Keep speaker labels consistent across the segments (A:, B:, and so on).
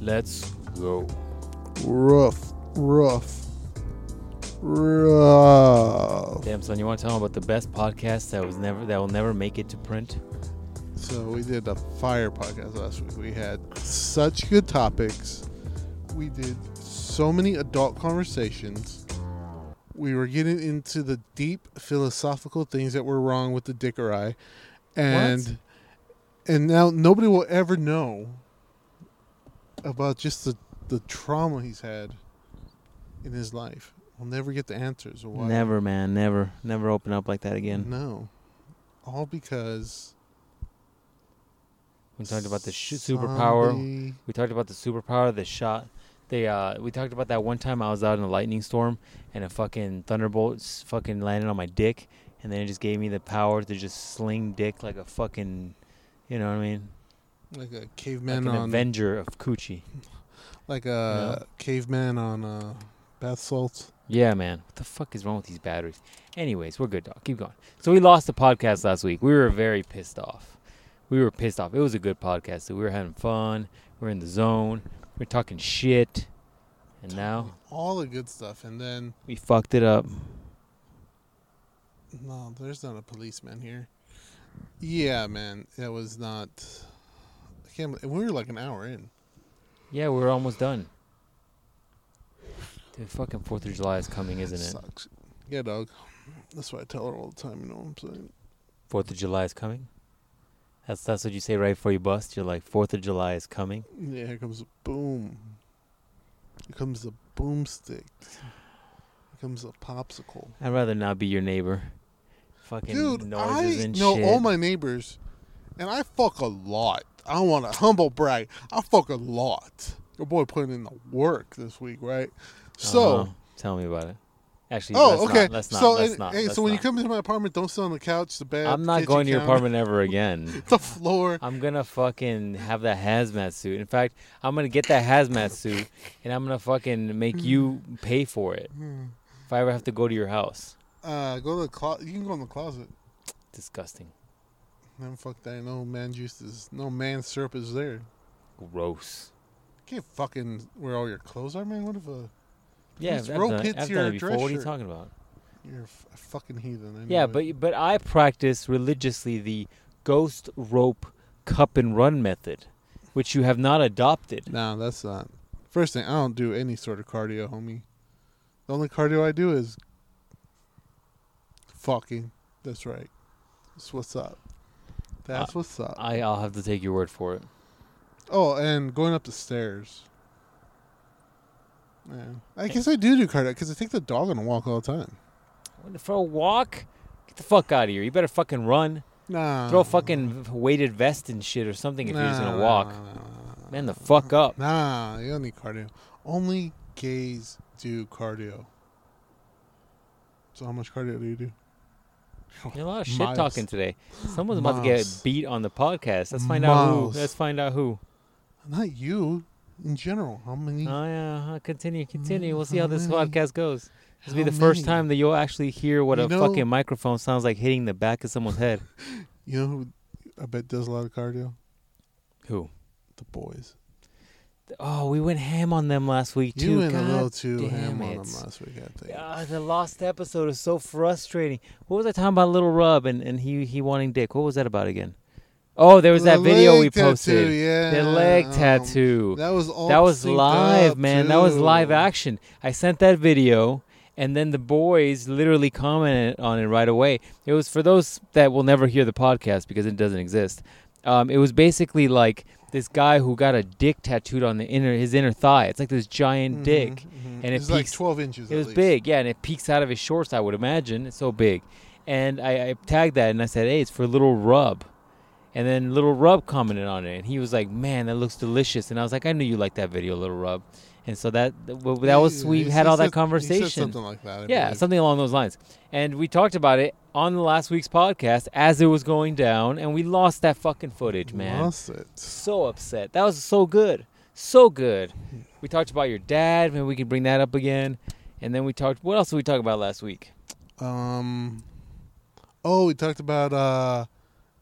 A: Let's go.
B: Rough, rough, rough.
A: Damn son, you want to tell them about the best podcast that was never that will never make it to print?
B: So we did a fire podcast last week. We had such good topics. We did so many adult conversations. We were getting into the deep philosophical things that were wrong with the dickeri, and and now nobody will ever know about just the the trauma he's had in his life. We'll never get the answers. of Why
A: Never, man, never, never open up like that again.
B: No, all because
A: We talked about the sh- superpower.
B: somebody-
A: We talked about the superpower, the shot. They uh, we talked about that one time I was out in a lightning storm and a fucking thunderbolt s- fucking landed on my dick, and then it just gave me the power to just sling dick like a fucking, you know what I mean?
B: like a caveman
A: like an
B: on
A: Avenger of coochie.
B: like a caveman on uh, bath salts.
A: Yeah, man. What the fuck is wrong with these batteries? Anyways, we're good, dog. Keep going. So we lost the podcast last week. We were very pissed off. We were pissed off. It was a good podcast. though. We were having fun. We are in the zone. We are talking shit. And now
B: all the good stuff, and then
A: we fucked it up.
B: no, there's not a policeman here. Yeah, man, that was not. I can't. bel- We were like an hour in.
A: Yeah, we are almost done. Dude, fucking 4th of July is coming, isn't it?
B: Sucks. Yeah, dog. That's what I tell her all the time. You know what I'm saying?
A: 4th of July is coming? That's, that's what you say right before you bust. You're like, 4th of July is coming.
B: Yeah, here comes the boom. Here comes the boomstick. Here comes the popsicle.
A: I'd rather not be your neighbor. Fucking
B: Dude,
A: noises
B: I
A: and
B: know
A: shit.
B: all my neighbors, and I fuck a lot. I don't want to humble brag. I fuck a lot. Your boy putting in the work this week, right? So,
A: Uh-huh. tell me about it. Actually,
B: oh,
A: let's
B: okay.
A: Not, let's not.
B: so,
A: let's
B: and-
A: not.
B: hey,
A: let's
B: so when you
A: not.
B: come into my apartment, don't sit on the couch, the bed.
A: I'm not
B: kitchen
A: going to your
B: counter,
A: apartment ever again.
B: The floor.
A: I'm gonna fucking have that hazmat suit. In fact, I'm gonna get that hazmat suit, and I'm gonna fucking make you pay for it if I ever have to go to your house.
B: Uh, go to the closet. You can go in the closet.
A: Disgusting.
B: Then fuck that. No man juice is. No man syrup is there.
A: Gross.
B: can't fucking wear all your clothes are, man. What if uh, a
A: Yeah,
B: Just
A: I've
B: rope
A: done, it.
B: it to
A: I've
B: your
A: done it before.
B: dress
A: What are you
B: shirt.
A: talking about?
B: you're a f- a fucking heathen? I know
A: Yeah,
B: it.
A: but but I practice religiously the ghost rope cup and run method, which you have not adopted.
B: No, that's not. First thing, I don't do any sort of cardio, homie. The only cardio I do is fucking. That's right. That's what's up. That's what's up.
A: I, I'll have to take your word for it.
B: oh, and going up the stairs. Yeah. I guess I do do cardio because I take the dog on a walk all the time.
A: For a walk? Get the fuck out of here. You better fucking run.
B: Nah.
A: Throw a fucking v- weighted vest and shit or something if you're just
B: Nah,
A: gonna
B: nah,
A: walk.
B: nah, nah, nah, nah,
A: Man, the fuck up.
B: Nah, you don't need cardio. Only gays do cardio. So how much cardio do you do?
A: You're a lot of shit
B: Miles.
A: talking today. Someone's about to get
B: Miles.
A: beat on the podcast. Let's find out
B: Miles.
A: who. Let's find out who.
B: Not you, in general. How many?
A: Oh yeah, uh, continue, continue. We'll see
B: how
A: how this
B: many?
A: podcast goes. This will be
B: How
A: the first
B: many?
A: time that you'll actually hear what
B: You
A: a
B: know-
A: fucking microphone sounds like hitting the back of someone's head.
B: You know who I bet does a lot of cardio?
A: Who?
B: The boys.
A: Oh, we went ham on them last week too.
B: you went
A: God
B: a little too ham
A: damn
B: on
A: it.
B: them last week, I think.
A: Ah, the lost episode is so frustrating. What was I talking about? Little Rub and, and he he wanting dick. What was that about again? Oh, there was that
B: The
A: video
B: leg
A: we
B: tattoo,
A: posted.
B: yeah.
A: The leg
B: Um,
A: tattoo.
B: That was all.
A: that was
B: synced
A: live,
B: up,
A: man. That was live
B: too.
A: action. I sent that video, and then the boys literally commented on it right away. It was for those that will never hear the podcast because it doesn't exist. Um, it was basically like this guy who got a dick tattooed on the inner his inner thigh. It's like this giant
B: Mhm,
A: dick.
B: mhm.
A: and it
B: was like
A: peaks-
B: twelve inches.
A: It
B: at
A: was
B: least.
A: big, yeah, and it peeks out of his shorts. I would imagine it's so big, and I, I tagged that and I said, "Hey, it's for Little Rub," and then Little Rub commented on it, and he was like, "Man, that looks delicious," and I was like, "I knew you liked that video, Little Rub," and so that that was
B: He-
A: we
B: he
A: had
B: said
A: all that
B: some- He said
A: conversation,
B: something like that. I
A: yeah,
B: believe.
A: something along those lines, and we talked about it on the last week's podcast as it was going down, and we lost that fucking footage, man
B: Lost it.
A: so upset. That was so good. So good. We talked about your dad. Maybe we could bring that up again. And then we talked. What else did we talk about last week?
B: Um. Oh, we talked about uh,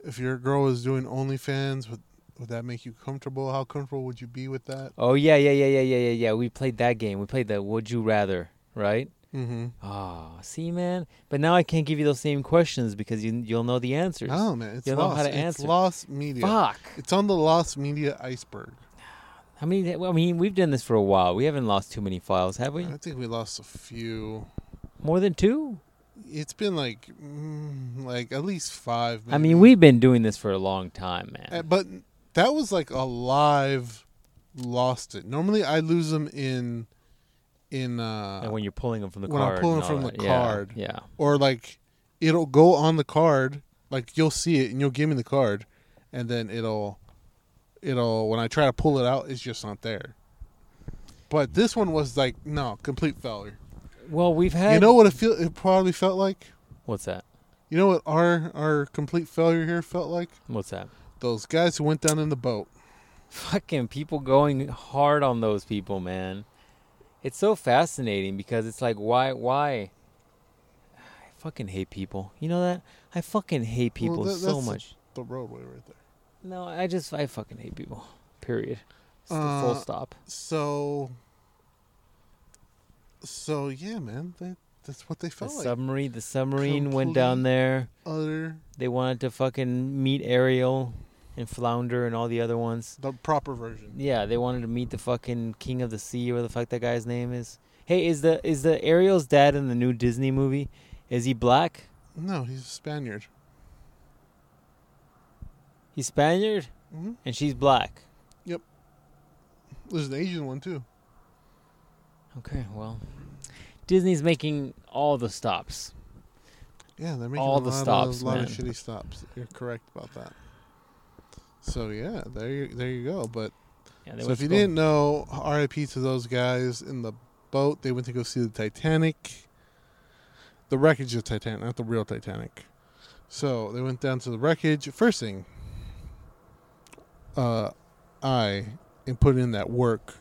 B: if your girl is doing OnlyFans with Would that make you comfortable? How comfortable would you be with that?
A: Oh yeah, yeah, yeah, yeah, yeah, yeah, yeah. We played that game. We played the Would You Rather, right?
B: Mm-hmm.
A: Ah, see, man. But now I can't give you those same questions because you you'll know the answers.
B: No, man, it's
A: You'll know
B: lost.
A: how to
B: it's
A: answer.
B: lost media.
A: Fuck.
B: It's on the lost media iceberg.
A: How many? I mean, we've done this for a while. We haven't lost too many files, have we?
B: I think we lost a few.
A: More than two?
B: It's been like, mm, like at least five.
A: I mean,
B: maybe.
A: we've been doing this for a long time, man.
B: Uh, But that was like a live lost it. Normally, I lose them in, in uh,
A: and when you're pulling them from the
B: when I'm
A: card.
B: pulling
A: and all
B: from the
A: that. Yeah,
B: card.
A: Yeah.
B: or like it'll go on the card. Like you'll see it and you'll give me the card, and then it'll, it'll when I try to pull it out, it's just not there. But this one was like no complete failure.
A: Well, we've had.
B: You know what it feel? It probably felt like.
A: What's that?
B: You know what our our complete failure here felt like?
A: What's that?
B: Those guys who went down in the boat.
A: Fucking people going hard on those people, man. It's so fascinating because it's like, why, why? I fucking hate people. You know that? I fucking hate people
B: that-
A: so
B: that's the-
A: much.
B: The roadway right there.
A: No, I just, I fucking hate people. Period. It's the full
B: Uh,
A: stop.
B: So. So yeah, man, that that's what they
A: The
B: felt like.
A: submarine, the submarine went down
B: complete-
A: there.
B: Other
A: They wanted to fucking meet Ariel and Flounder and all the other ones.
B: the proper version.
A: Yeah, they wanted to meet the fucking king of the sea or the fuck that guy's name is. Hey, is the is the Ariel's dad in the new Disney movie? Is he black?
B: No, he's a Spaniard.
A: He's Spaniard
B: hmm
A: and she's black.
B: There's an Asian one too.
A: Okay, well, Disney's making all the stops.
B: Yeah, they're making
A: All
B: a
A: the
B: lot
A: stops,
B: of, lot of
A: man.
B: shitty stops. You're correct about that. So yeah, there you, there you go. But
A: Yeah, they
B: so
A: went
B: if you
A: to go-
B: didn't know, R.I.P. to those guys in the boat. They went to go see the Titanic, the wreckage of Titanic, not the real Titanic. So they went down to the wreckage. First thing, uh, I and put in that work,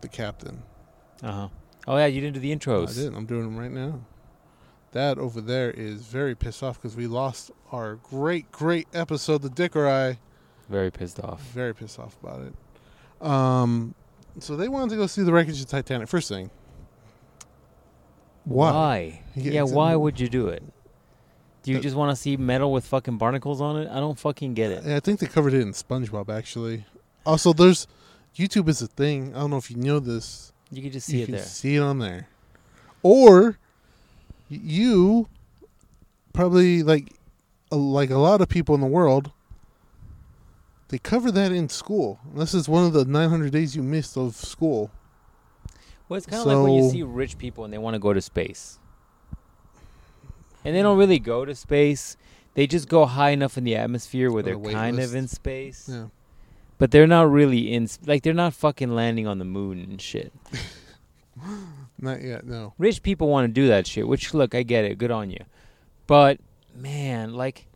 B: the captain.
A: Uh-huh. Oh yeah, you didn't do the intros.
B: I didn't. I'm doing them right now. That over there is very pissed off because we lost our great, great episode, the Dick or I.
A: Very pissed off.
B: Very pissed off about it. Um, so they wanted to go see the wreckage of Titanic. First thing. Why?
A: Yeah,
B: Yeah,
A: why
B: exactly.
A: would you do it? Do you
B: That-
A: just want to see metal with fucking barnacles on it? I don't fucking get it.
B: Yeah, I think they covered it in SpongeBob actually. Also, there's YouTube is a thing. I don't know if you know this.
A: You could just see
B: you
A: it
B: can
A: there.
B: see it on there. Or y- you probably like a- like a lot of people in the world they cover that in school. This is one of the 900 days you missed of school.
A: Well, it's kind of like when you
B: So-
A: see rich people and they want to go to space. And they don't really go to space. They just go high enough in the atmosphere where
B: On the
A: they're
B: wait
A: kind of
B: list.
A: in space.
B: Yeah.
A: But they're not really in sp- like they're not fucking landing on the moon and shit.
B: Not yet, no.
A: Rich people want to do that shit, which look, I get it. Good on you. But man, like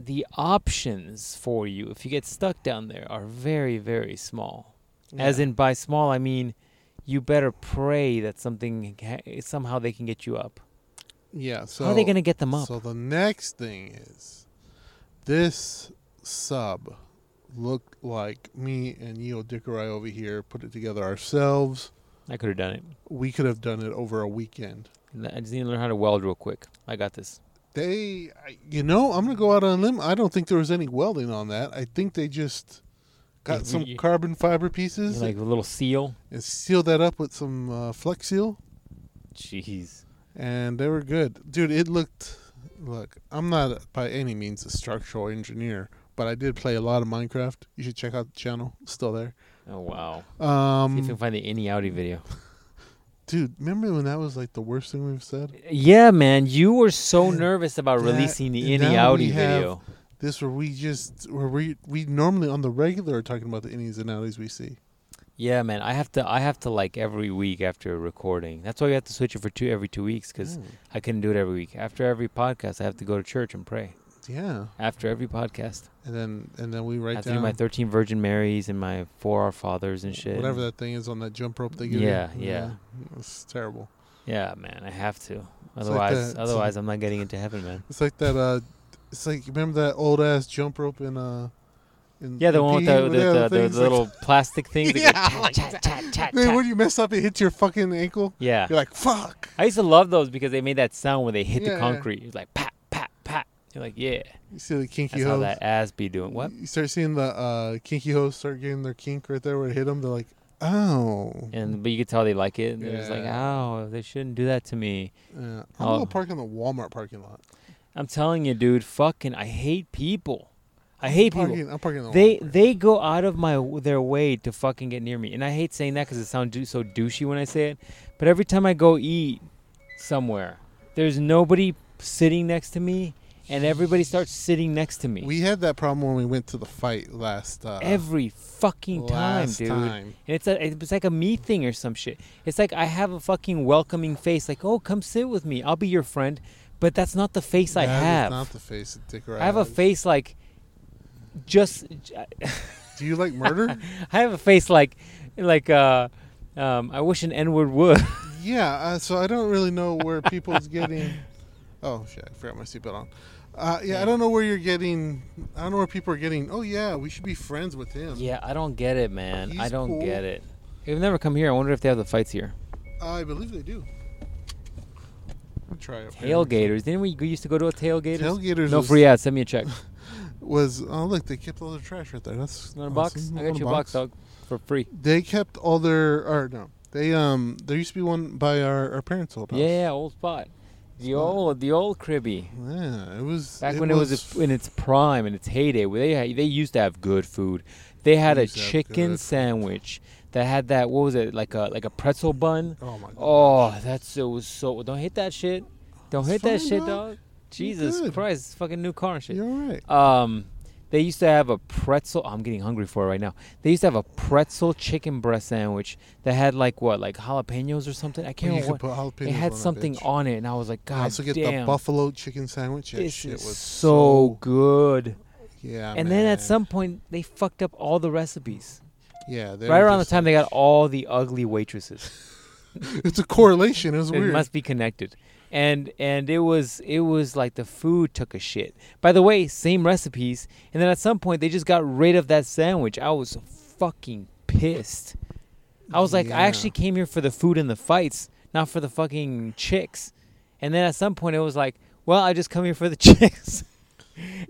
A: the options for you if you get stuck down there are very very small. As
B: Yeah.
A: in, by small, I mean you better pray that something ha- somehow they can get you up.
B: Yeah, so
A: How are they going to get them up?
B: So the next thing is this sub looked like me and Neil Dickery over here put it together ourselves.
A: I could have done it.
B: We could have done it over a weekend.
A: I just need to learn how to weld real quick. I got this.
B: They, I- you know, I'm gonna go out on a limb. I don't think there was any welding on that. I think they just
A: Yeah,
B: got some
A: you-
B: carbon fiber
A: You
B: pieces
A: know, like a little seal.
B: and sealed that up with some uh, Flex Seal,
A: Jeez.
B: and they were good, dude. It looked. Look, I'm not by any means a structural engineer, but I did play a lot of Minecraft. You should check out the channel; it's still there.
A: Oh wow. See if you can
B: Um,
A: find the any outie video.
B: dude, remember when that was like the worst thing we've said?
A: Yeah, man, you were so nervous about
B: That-
A: releasing the
B: and
A: any
B: now we
A: outie
B: have-
A: video.
B: This where we just where we we normally on the regular are talking about the innings and outies we see.
A: Yeah, man, I have to. I have to like every week after a recording. That's why we have to switch it for two every two weeks because
B: Mm.
A: I couldn't do it every week. After every podcast, I have to go to church and pray.
B: yeah,
A: After every podcast.
B: and then and then we write
A: I have to do
B: down
A: my 13 Virgin Marys and my Four Our Fathers and shit.
B: whatever that thing is on that jump rope they give you.
A: Yeah, yeah.
B: it's terrible.
A: Yeah, man, I have to.
B: like
A: Otherwise,
B: that-
A: otherwise, I'm not getting into heaven, man.
B: It's like that. uh It's like remember that old ass jump rope in uh And-
A: Yeah, the
B: and
A: one with the,
B: pee
A: the,
B: and
A: the, the,
B: whatever things like-
A: little plastic thing.
B: Yeah,
A: That go,
B: like
A: chat, chat, chat, chat,
B: Man,
A: chat.
B: when you mess up, it hits your fucking ankle.
A: yeah.
B: You're like, fuck.
A: I used to love those because they made that sound when they hit
B: Yeah,
A: the
B: yeah.
A: concrete. It's like pat, pat, pat. You're like, yeah.
B: You see the kinky
A: That's how
B: hose.
A: that ass be doing. What?
B: You start seeing the uh, kinky hose start getting their kink right there where it hit them. They're like, oh.
A: And but you could tell they like it. And they're just like,
B: Yeah.
A: oh, they shouldn't do that to me.
B: Yeah. I'm
A: Oh.
B: gonna park in the Walmart parking lot.
A: I'm telling you, dude. Fucking, I hate people. I hate people.
B: Parking, I'm parking in the
A: They
B: Walmart.
A: they go out of my their way to fucking get near me, and I hate saying that because it sounds do- so douchey when I say it. But every time I go eat somewhere, there's nobody sitting next to me, and everybody starts sitting next to me
B: We had that problem when we went to the fight last. Uh,
A: every fucking time,
B: last
A: dude.
B: time.
A: And it's a, it's like a me thing or some shit. It's like I have a fucking welcoming face, like oh come sit with me, I'll be your friend. But that's not the face I
B: That is
A: have.
B: Not the face of Dick
A: I have a
B: Riley.
A: face like just
B: Do you like murder?
A: I have a face like like uh um I wish an N word would.
B: yeah. Uh, so I don't really know where people's getting. Oh shit! I forgot my seatbelt on. Uh, yeah, I don't know where you're getting. I don't know where people are getting. Oh yeah, we should be friends with him.
A: yeah, I don't get it, man. I
B: He's
A: don't
B: cool.
A: get it. They've never come here. I wonder if they have the fights here.
B: I believe they do. I'll try it.
A: Tailgaters. Didn't we used to go to a tailgaters?
B: Tailgaters.
A: no
B: was,
A: free ad. Send me a check.
B: Was oh look, they kept all their trash right there. That's
A: Want a box?
B: awesome.
A: I
B: Want
A: got you a box, dog, for free.
B: They kept all their. Or no, they um. There used to be one by our, our parents' old house.
A: Yeah, old spot. The
B: Spot.
A: old the old cribby.
B: Yeah, it was
A: Back when it was in its prime and its heyday, where they had, they used to have good food. They had a
B: Used to have
A: chicken
B: good food.
A: sandwich that had that what was it like a like a pretzel bun.
B: Oh my god.
A: Oh, that's it was so. Don't hit that shit. Don't
B: It's
A: hit that
B: fine,
A: shit,
B: dog.
A: dog. Jesus
B: good.
A: Christ, it's fucking new car and shit.
B: You're all right.
A: Um, they used to have a pretzel. I'm getting hungry for it right now. They used to have a pretzel chicken breast sandwich that had like what, like jalapenos or something. I can't
B: you
A: remember.
B: could
A: What.
B: put jalapenos
A: It had
B: on that
A: something
B: bitch.
A: on it, and I was like,
B: I
A: God
B: also get
A: damn,
B: the buffalo chicken sandwich. That
A: this
B: shit
A: is
B: was
A: so good.
B: Yeah.
A: and then at
B: man.
A: some point, they fucked up all the recipes.
B: Yeah. they
A: right
B: were
A: around the
B: just
A: time they
B: like-
A: got all the ugly waitresses.
B: It's a correlation. It was
A: it
B: weird.
A: must be connected and and it was it was like the food took a shit by the way same recipes and then at some point they just got rid of that sandwich i was fucking pissed i was like i
B: Yeah.
A: actually came here for the food and the fights not for the fucking chicks and then at some point it was like well i just come here for the chicks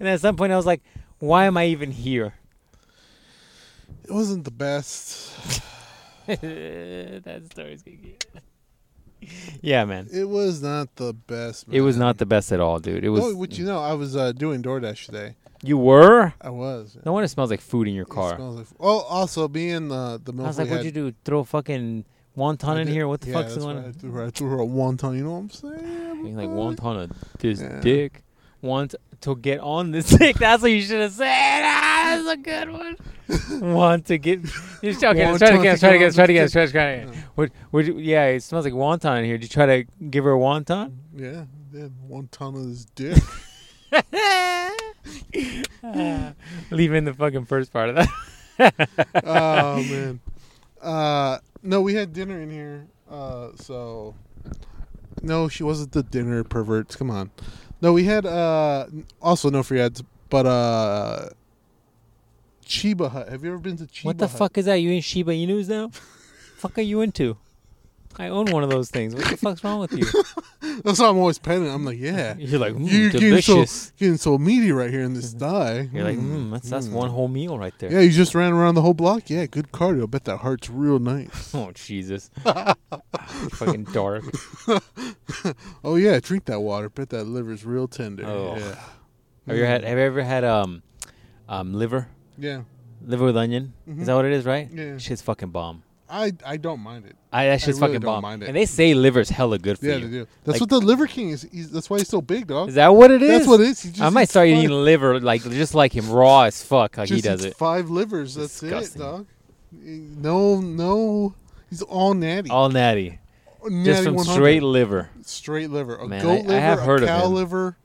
A: and at some point i was like why am i even here
B: It wasn't the best.
A: that story's gonna get yeah man
B: It was not the best.
A: it was
B: man.
A: not the best at all dude it was
B: oh, would you know? I was uh, doing DoorDash today.
A: you were
B: I was. yeah.
A: No wonder it smells like food in your
B: It
A: car.
B: smells like- oh, also being the the
A: I
B: milk.
A: was like,
B: we
A: what'd you
B: had-
A: do? Throw fucking wonton
B: I
A: in
B: did-
A: here? What the
B: yeah,
A: fuck's
B: that's
A: going
B: what I
A: on?
B: threw her- I threw her a wonton. You know what I'm saying?
A: Being like wonton on this
B: Yeah.
A: dick. Want to get on this dick. That's what you should have said. Ah, that's a good one. Want to get. You're just okay, let's try it again.
B: Wonton to
A: Let's try it
B: get
A: again.
B: on
A: Let's try it again.
B: this
A: Let's try it again. Would, would you, yeah, it smells like wonton in here. Did you try to give her a wonton?
B: Yeah, yeah, wonton of his dick.
A: Leave in the fucking first part of that.
B: oh man. Uh, no, we had dinner in here. Uh, so no, she wasn't the dinner perverts. Come on. No, we had uh also no free ads, but uh Chiba Hut. Have you ever been to Chiba?
A: What the
B: Hut?
A: fuck is that? You in Shiba Inus now? fuck are you into? I own one of those things. What the fuck's wrong with you?
B: That's why I'm always penning. I'm like, yeah,
A: You're like, mm,
B: you're getting so
A: delicious.
B: getting so meaty right here in this thigh.
A: You're like, mm, that's that's
B: mm.
A: one whole meal right there.
B: Yeah, you just ran around the whole block. Yeah, good cardio. bet that heart's real nice.
A: Oh Jesus. fucking dark.
B: oh yeah, drink that water. Bet that liver's real tender.
A: Oh.
B: Yeah.
A: Have you had? Have you ever had um, um, liver?
B: Yeah.
A: Liver with onion?
B: Mhm.
A: Is that what it is? Right?
B: Yeah.
A: Shit's fucking bomb.
B: I I don't mind it.
A: I that shit's
B: really
A: fucking
B: don't
A: bomb.
B: mind it.
A: And they say liver's hella good for
B: Yeah,
A: you.
B: they do. That's
A: Like-
B: what the Liver King is. He's, that's why he's so big, dog.
A: Is that what it is?
B: that's what it is. He just
A: I might
B: eats
A: start
B: five-
A: eating liver like just like him, raw as fuck, like
B: just
A: he does
B: eats
A: it.
B: Five livers. That's
A: Disgusting.
B: it, dog. No, no. He's all natty.
A: All natty,
B: natty
A: just from
B: 100.
A: straight liver.
B: straight liver. A
A: Man,
B: goat
A: I- I
B: liver.
A: have heard
B: a
A: of
B: cow
A: him.
B: liver.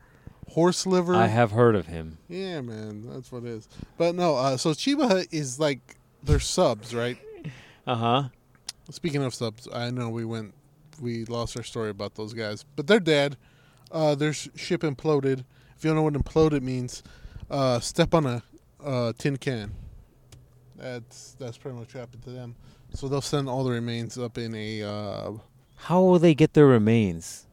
B: Horse liver.
A: I have heard of him.
B: yeah, man. That's what it is. But no. Uh, so Chiba Hut is like they're subs, right?
A: Uh huh.
B: Speaking of subs, I know we went, we lost our story about those guys, but they're dead. Uh, their sh- ship imploded. If you don't know what imploded means, uh, step on a uh, tin can. That's that's pretty much what happened to them. So they'll send all the remains up in a. Uh,
A: How will they get their remains?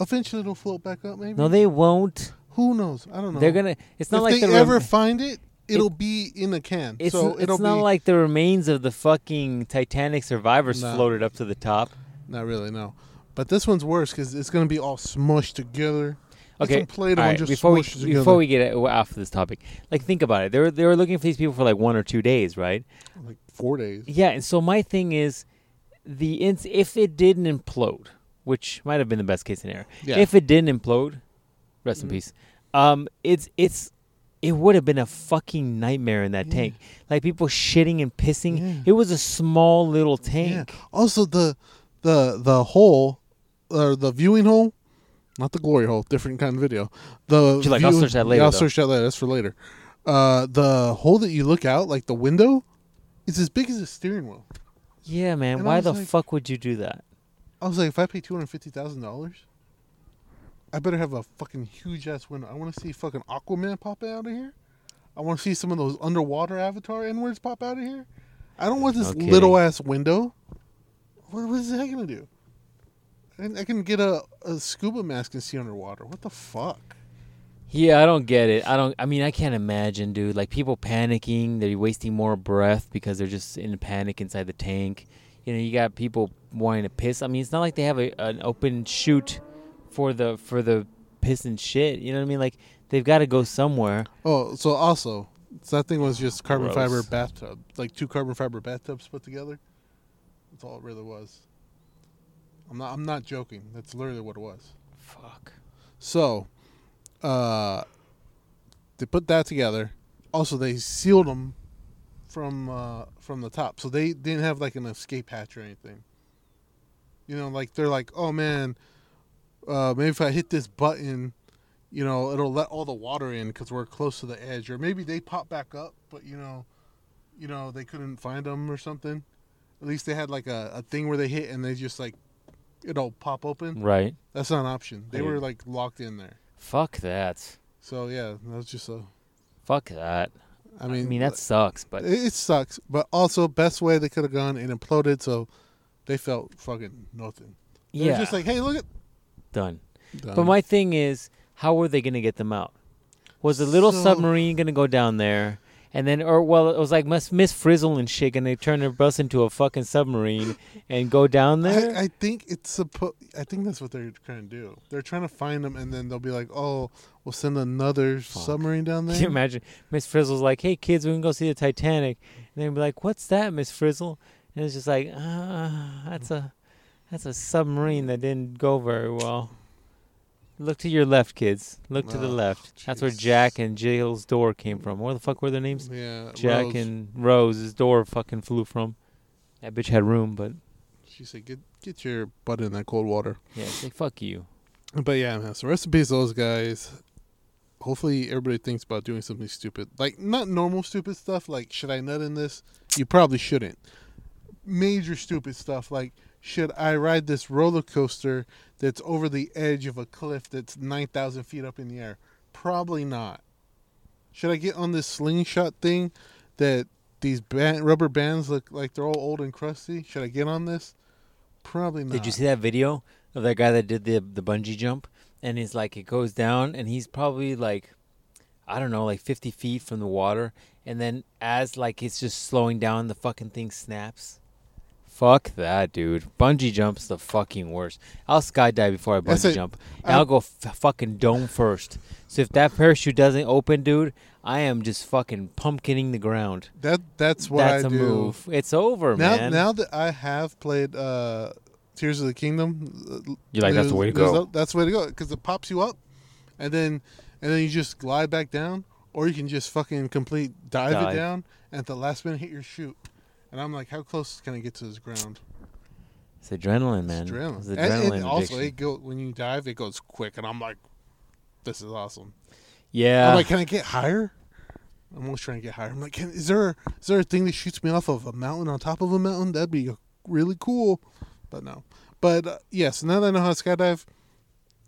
B: eventually, it'll float back up. Maybe.
A: No, they won't.
B: Who knows? I don't know.
A: They're gonna. It's not
B: if
A: like
B: they
A: the
B: ever
A: rem-
B: find it, it'll be in a can.
A: it's,
B: so
A: it's
B: it'll
A: not
B: be,
A: like the remains of the fucking Titanic survivors
B: No.
A: floated up to the top.
B: Not really, no. But this one's worse because it's gonna be all smushed together. It's
A: Okay,
B: some Play-Doh
A: All
B: and
A: right,
B: just
A: before we
B: smushed together.
A: before we get a- off this topic, like think about it. They were they were looking for these people for like one or two days, right?
B: like four days.
A: Yeah, and so my thing is, the ins- if it didn't implode, which might have been the best case scenario,
B: Yeah.
A: if it didn't implode, rest
B: Mhm.
A: in peace. Um, it's it's it would have been a fucking nightmare in that
B: Yeah.
A: tank. Like people shitting and pissing.
B: Yeah.
A: It was a small little
B: Yeah.
A: tank.
B: Also, the the the hole or the viewing hole, not the glory hole, different kind of video. The
A: She's like, "I'll
B: view-
A: search that
B: yeah,
A: later,
B: I'll
A: though."
B: search that later. That's for later. Uh, the hole that you look out, like the window, is as big as a steering wheel.
A: Yeah, man.
B: And I
A: why
B: was
A: the
B: like-
A: fuck would you do that?
B: I was like, if I pay two hundred fifty thousand dollars, I better have a fucking huge ass window. I want to see fucking Aquaman pop out of here. I want to see some of those underwater Avatar N words pop out of here. I don't want this
A: No kidding.
B: little ass window. What, what is that gonna do? I can, I can get a, a scuba mask and see underwater. What the fuck?
A: Yeah, I don't get it. I don't. I mean, I can't imagine, dude. Like people panicking, they're wasting more breath because they're just in panic inside the tank. You know, you got people wanting to piss. I mean, it's not like they have a, an open chute for the for the piss and shit. You know what I mean? Like they've got to go somewhere.
B: Oh, so also, so that thing was just carbon
A: Gross.
B: fiber bathtub, like two carbon fiber bathtubs put together. That's all it really was. I'm not. I'm not joking. That's literally what it was.
A: Fuck.
B: So, uh, they put that together. Also, they sealed them from uh, from the top, so they didn't have like an escape hatch or anything. You know, like they're like, oh man, uh, maybe if I hit this button, you know, it'll let all the water in because we're close to the edge, or maybe they pop back up, but you know, you know, they couldn't find them or something. At least they had like a, a thing where they hit and they just like it'll pop open.
A: Right.
B: That's not an option. They
A: Hey.
B: were like locked in there.
A: Fuck that.
B: So yeah, that was just a.
A: Fuck that.
B: I mean,
A: I mean that sucks, but
B: it, it sucks, but also best way they could have gone and imploded, so they felt fucking nothing. They were
A: yeah,
B: just like, hey, look at.
A: done.
B: Done.
A: But my thing is, how were they going to get them out? Was the little
B: So-
A: submarine going to go down there? And then, or well, it was like Miss, Miss Frizzle and shit, and they turn their bus into a fucking submarine and go down there.
B: I, I think it's supposed. I think that's what they're trying to do. They're trying to find them, and then they'll be like, "Oh, we'll send another
A: Fuck.
B: submarine down there."
A: Can you imagine? Miss Frizzle's like, "Hey kids, we can go see the Titanic," and they'd be like, "What's that, Miss Frizzle?" And it's just like, "Ah, that's a, that's a submarine that didn't go very well." Look to your left, kids. Look to the
B: Oh,
A: left. That's where
B: jeez.
A: Jack and Jill's door came from. Where the fuck were their names?
B: yeah,
A: Jack
B: Rose,
A: and Rose's door fucking flew from. That bitch had room, but
B: she said, "Get get your butt in that cold water."
A: yeah, it's like fuck you.
B: But yeah, man. So rest in peace, those guys. Hopefully, everybody thinks about doing something stupid, like not normal stupid stuff. Like, should I nut in this? You probably shouldn't. Major stupid stuff, like should I ride this roller coaster that's over the edge of a cliff that's nine thousand feet up in the air? Probably not. Should I get on this slingshot thing that these band, rubber bands look like they're all old and crusty? Should I get on this? Probably not.
A: Did you see that video of that guy that did the the bungee jump? And he's like, it goes down, and he's probably like, I don't know, like fifty feet from the water, and then as like it's just slowing down, the fucking thing snaps. Fuck that, dude. Bungee jump's the fucking worst. I'll skydive before I
B: That's uh,
A: bungee
B: it.
A: jump.
B: I-
A: And I'll go f- fucking dome first. So if that parachute doesn't open, dude, I am just fucking pumpkining the ground.
B: That that's what
A: That's
B: I
A: a
B: do.
A: move. It's over,
B: now,
A: man.
B: now that I have played uh, Tears of the Kingdom, uh,
A: You're like, that's the way to
B: there's
A: go.
B: no- that's the way to go because it pops you up, and then and then you just glide back down, or you can just fucking complete dive,
A: Dive.
B: it down, and at the last minute hit your shoot. And I'm like, how close can I get to this ground?
A: it's adrenaline,
B: It's
A: man.
B: adrenaline.
A: It's
B: And-
A: adrenaline
B: and, also,
A: addiction.
B: it go, when you dive, it goes quick, and I'm like, this is awesome.
A: yeah.
B: I'm like, can I get higher? I'm always trying to get higher. I'm like, can, is there is there a thing that shoots me off of a mountain on top of a mountain? That'd uh, be really cool, but no. But uh, yes, now that I know how to skydive,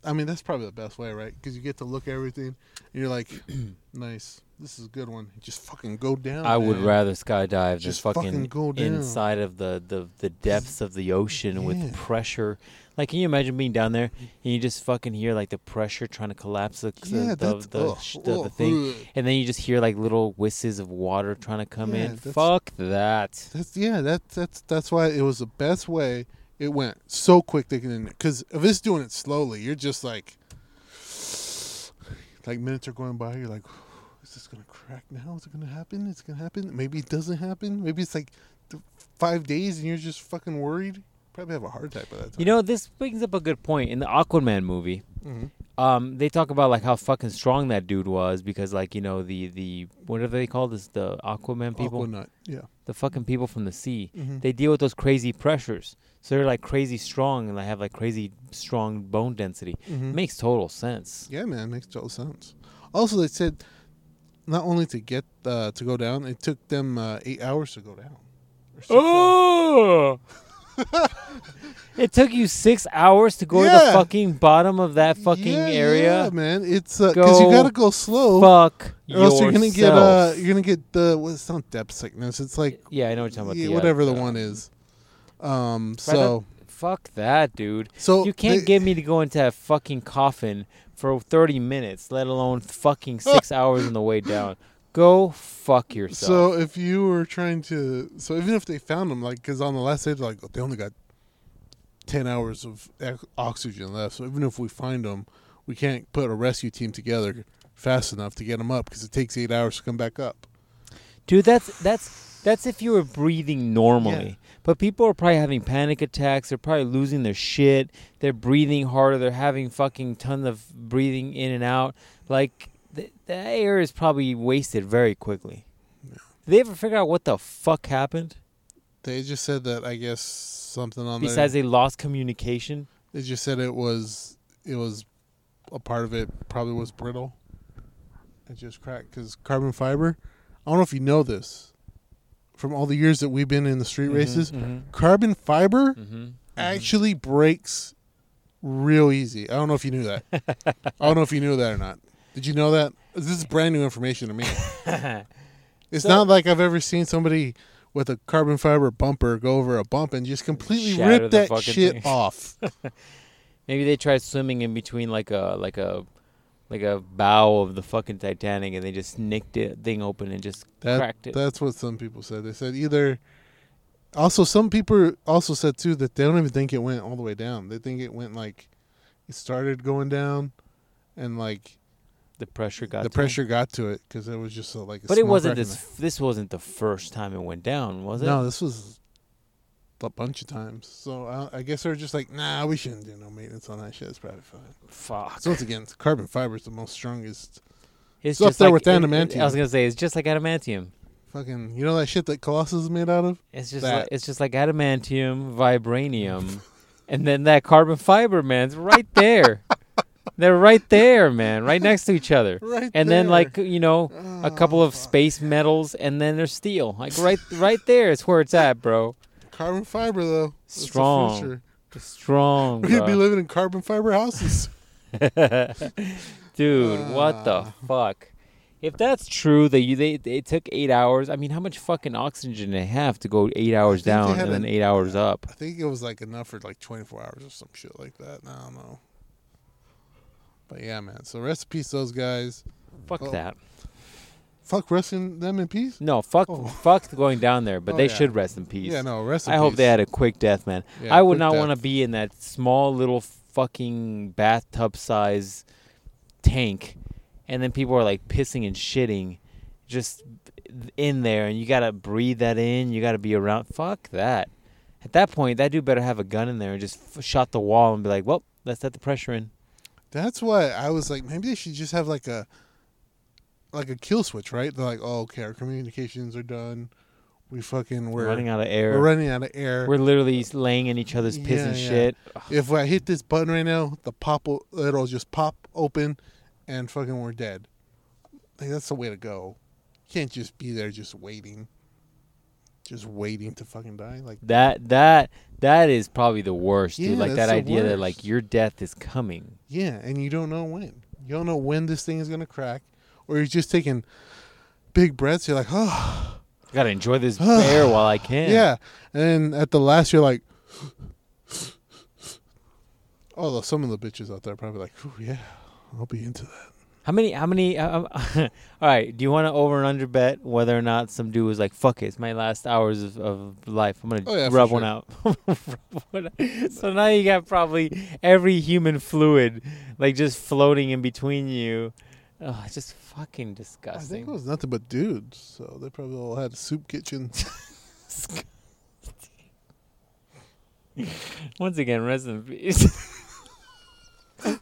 B: I mean, that's probably the best way, right? Because you get to look at everything. And you're like, nice. This is a good one. Just fucking go down.
A: I would
B: man.
A: rather skydive than
B: Just
A: fucking,
B: fucking go down.
A: inside of the, the, the depths of the ocean
B: Yeah.
A: with pressure. Like, can you imagine being down there and you just fucking hear like the pressure trying to collapse the the,
B: Yeah,
A: the,
B: that's
A: the,
B: ugh,
A: sh- the, the
B: ugh,
A: thing,
B: ugh.
A: and then you just hear like little whistles of water trying to come
B: Yeah,
A: in.
B: that's-
A: Fuck that.
B: That's yeah. That that's that's why it was the best way. It went so quick they can because if it's doing it slowly, you're just like, like minutes are going by. You're like, is this gonna crack now? Is it gonna happen? It's gonna happen. Maybe it doesn't happen. Maybe it's like th- five days and you're just fucking worried. Probably have a heart attack by that time.
A: You know, this brings up a good point in the Aquaman movie.
B: Mhm.
A: Um, they talk about like how fucking strong that dude was because like you know the the what are they called? This the Aquaman people,
B: Aquanut. Yeah.
A: the fucking people from the sea.
B: Mhm.
A: They deal with those crazy pressures, so they're like crazy strong and they have like crazy strong bone density.
B: Mhm.
A: Makes total sense.
B: Yeah, man, makes total sense. Also, they said not only to get uh, to go down, it took them uh, eight hours to go down. Or six hours.
A: Oh! it took you six hours to go to the
B: Yeah.
A: fucking bottom of that fucking
B: Yeah,
A: area.
B: yeah, man. It's because
A: Go
B: you gotta go slow,
A: Fuck
B: or
A: yourself.
B: else you're gonna get uh, you're gonna get the well, it's not depth sickness. It's like
A: yeah, I know what you're talking about.
B: yeah,
A: the, uh,
B: whatever the
A: uh,
B: one is. Um,
A: Right,
B: so
A: Fuck that, dude.
B: so
A: you can't
B: they-
A: get me to go into that fucking coffin for 30 minutes, let alone fucking six hours on the way down. Go fuck yourself.
B: So if you were trying to, so even if they found them, like, because on the last day, they're like, they only got ten hours of ex- oxygen left. So even if we find them, we can't put a rescue team together fast enough to get them up because it takes eight hours to come back up.
A: dude, that's that's that's if you were breathing normally. But people are probably having panic attacks. They're probably losing their shit. They're breathing harder. They're having fucking tons of breathing in and out. Like th- the air is probably wasted very quickly. Did they ever figure out what the fuck happened?
B: They just said that I guess something on
A: Besides,
B: there.
A: they lost communication.
B: They just said it was it was a part of it probably was brittle. It just cracked because carbon fiber. I don't know if you know this. From all the years that we've been in the street races, carbon fiber
A: Mm-hmm.
B: actually breaks real easy. I don't know if you knew that. I don't know if you knew that or not. Did you know that? This is brand new information to me. It's
A: So-
B: not like I've ever seen somebody with a carbon fiber bumper go over a bump and just completely
A: Shatter
B: rip
A: the
B: that
A: fucking
B: shit
A: thing.
B: off.
A: Maybe they tried swimming in between like a like a like a bow of the fucking Titanic, and they just nicked it thing open and just
B: That,
A: cracked it.
B: that's what some people said. They said either. Also, some people also said too that they don't even think it went all the way down. They think it went like it started going down, and like
A: the pressure got
B: the
A: to
B: pressure got to it because it was just a, like. A
A: It. But it
B: small
A: wasn't
B: crack in
A: this. This wasn't the first time it went down, was it?
B: No, this was a bunch of times. So I, I guess they're just like, nah, we shouldn't do no maintenance on that shit. It's probably fine.
A: Fuck.
B: So once again, carbon fiber is the most strongest.
A: It's
B: up
A: just
B: there
A: like-
B: with
A: it- it-
B: adamantium.
A: I was gonna say it's just like adamantium.
B: Fucking, you know that shit that Colossus is made out of?
A: It's just
B: That.
A: like, it's just like adamantium, vibranium, and then that carbon fiber, man. It's right there. They're right there, man. Right next to each other.
B: Right.
A: and then
B: there.
A: like you know a
B: Oh,
A: couple of
B: fuck.
A: space metals and then there's steel like right right there is where it's at bro
B: carbon fiber though. It's the
A: Strong,
B: future.
A: strong
B: We'd be
A: bro.
B: living in carbon fiber houses.
A: dude what the
B: Ah.
A: fuck if that's true that you they, they took eight hours i mean how much fucking oxygen they have to go eight hours
B: think they uh,
A: down
B: had
A: and then
B: a-
A: eight hours up
B: I think it was like enough for like 24 hours or some shit like that. I don't know. But yeah, man. So rest in peace, those guys.
A: fuck
B: Oh.
A: that
B: Fuck resting them in peace.
A: no fuck
B: Oh.
A: fuck going down there but
B: Oh,
A: they
B: yeah.
A: should rest in peace
B: Yeah, no, rest in
A: i hope
B: peace.
A: they had a quick death man
B: Yeah,
A: I would
B: quick
A: not
B: death.
A: want to be in that small little fucking bathtub size tank, and then people are like pissing and shitting, just in there, and you gotta breathe that in. You gotta be around. Fuck that. At that point, that dude better have a gun in there and just f- shot the wall and be like, "Well, let's let the pressure in."
B: That's why I was like, maybe they should just have like a like a kill switch, right? They're like, oh, okay, our communications are done. We fucking we're
A: running out of air.
B: We're running out of air.
A: We're literally s- laying in each other's piss
B: Yeah,
A: and
B: yeah.
A: shit.
B: if I hit this button right now, the pop o- it'll just pop open, and fucking we're dead. Like that's the way to go. You can't just be there just waiting. just waiting to fucking die. Like
A: That that that is probably the worst,
B: Yeah,
A: dude. Like
B: that's
A: that
B: the
A: idea that
B: worst.
A: like your death is coming.
B: yeah, and you don't know when. You don't know when this thing is gonna crack, or you're just taking big breaths. You're like, oh
A: I gotta enjoy this bear while I
B: yeah,
A: can.
B: and then at the last you're like. Although some of the bitches out there are probably like, "Ooh, yeah, I'll be into that.
A: How many? How many? Uh, all right. Do you want to over and under bet whether or not some dude was like, "Fuck it, it's my last hours of, of life. I'm gonna
B: Oh, yeah, for
A: rub one
B: sure.
A: out." Rub one out. so now you got probably every human fluid like just floating in between you. Oh, it's just fucking
B: I
A: disgusting.
B: think it was nothing but dudes, so they probably all had soup kitchens.
A: Once again, rest in peace.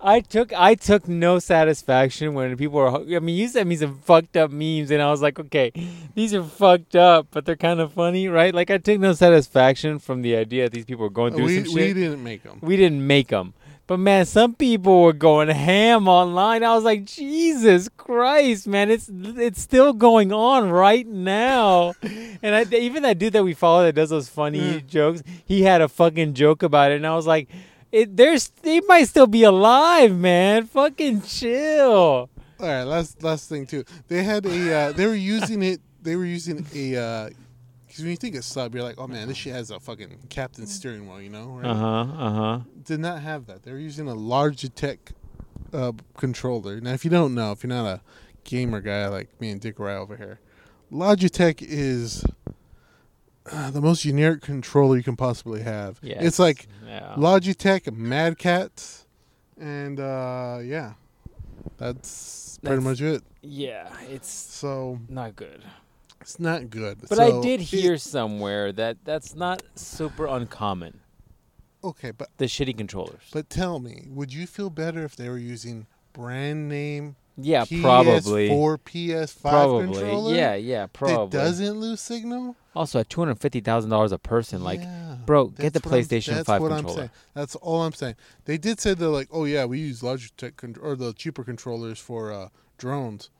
A: I took I took no satisfaction when people were. ho- I mean, you sent me some fucked up memes, and I was like, okay, these are fucked up, but they're kind of funny, right? Like, I took no satisfaction from the idea that these people were going through
B: we,
A: some
B: we
A: shit.
B: didn't make them.
A: We didn't make them. But man, some people were going ham online. I was like, Jesus Christ, man, it's it's still going on right now. And I, even that dude that we follow that does those funny
B: Mm.
A: jokes, he had a fucking joke about it, and I was like, it, there's they might still be alive, man. Fucking chill.
B: All right, last last thing too. They had a uh, they were using it. They were using a uh 'cause when you think of sub, you're like, oh man, this shit has a fucking captain steering wheel, you know? Right?
A: Uh huh. Uh huh.
B: Did not have that. They were using a Logitech uh, controller. Now, if you don't know, if you're not a gamer guy like me and Dick Rye over here, Logitech is uh, the most generic controller you can possibly have.
A: Yeah.
B: It's like
A: yeah.
B: Logitech, Mad Cats, and uh, yeah, that's pretty
A: That's-
B: much it.
A: yeah, it's
B: So
A: not good.
B: it's not good.
A: But
B: So
A: I did
B: it-
A: hear somewhere that that's not super uncommon.
B: okay, but
A: The shitty controllers.
B: but tell me, would you feel better if they were using brand name?
A: Yeah,
B: PS4,
A: probably.
B: PS5
A: probably.
B: controller.
A: Yeah, yeah, probably.
B: That doesn't lose signal.
A: Also, at two hundred fifty thousand dollars a person, like,
B: Yeah,
A: bro, get the
B: that's what I'm-
A: PlayStation
B: that's
A: Five
B: what I'm
A: controller.
B: saying. That's all I'm saying. They did say they're like, oh yeah, we use Logitech con- or the cheaper controllers for uh, drones.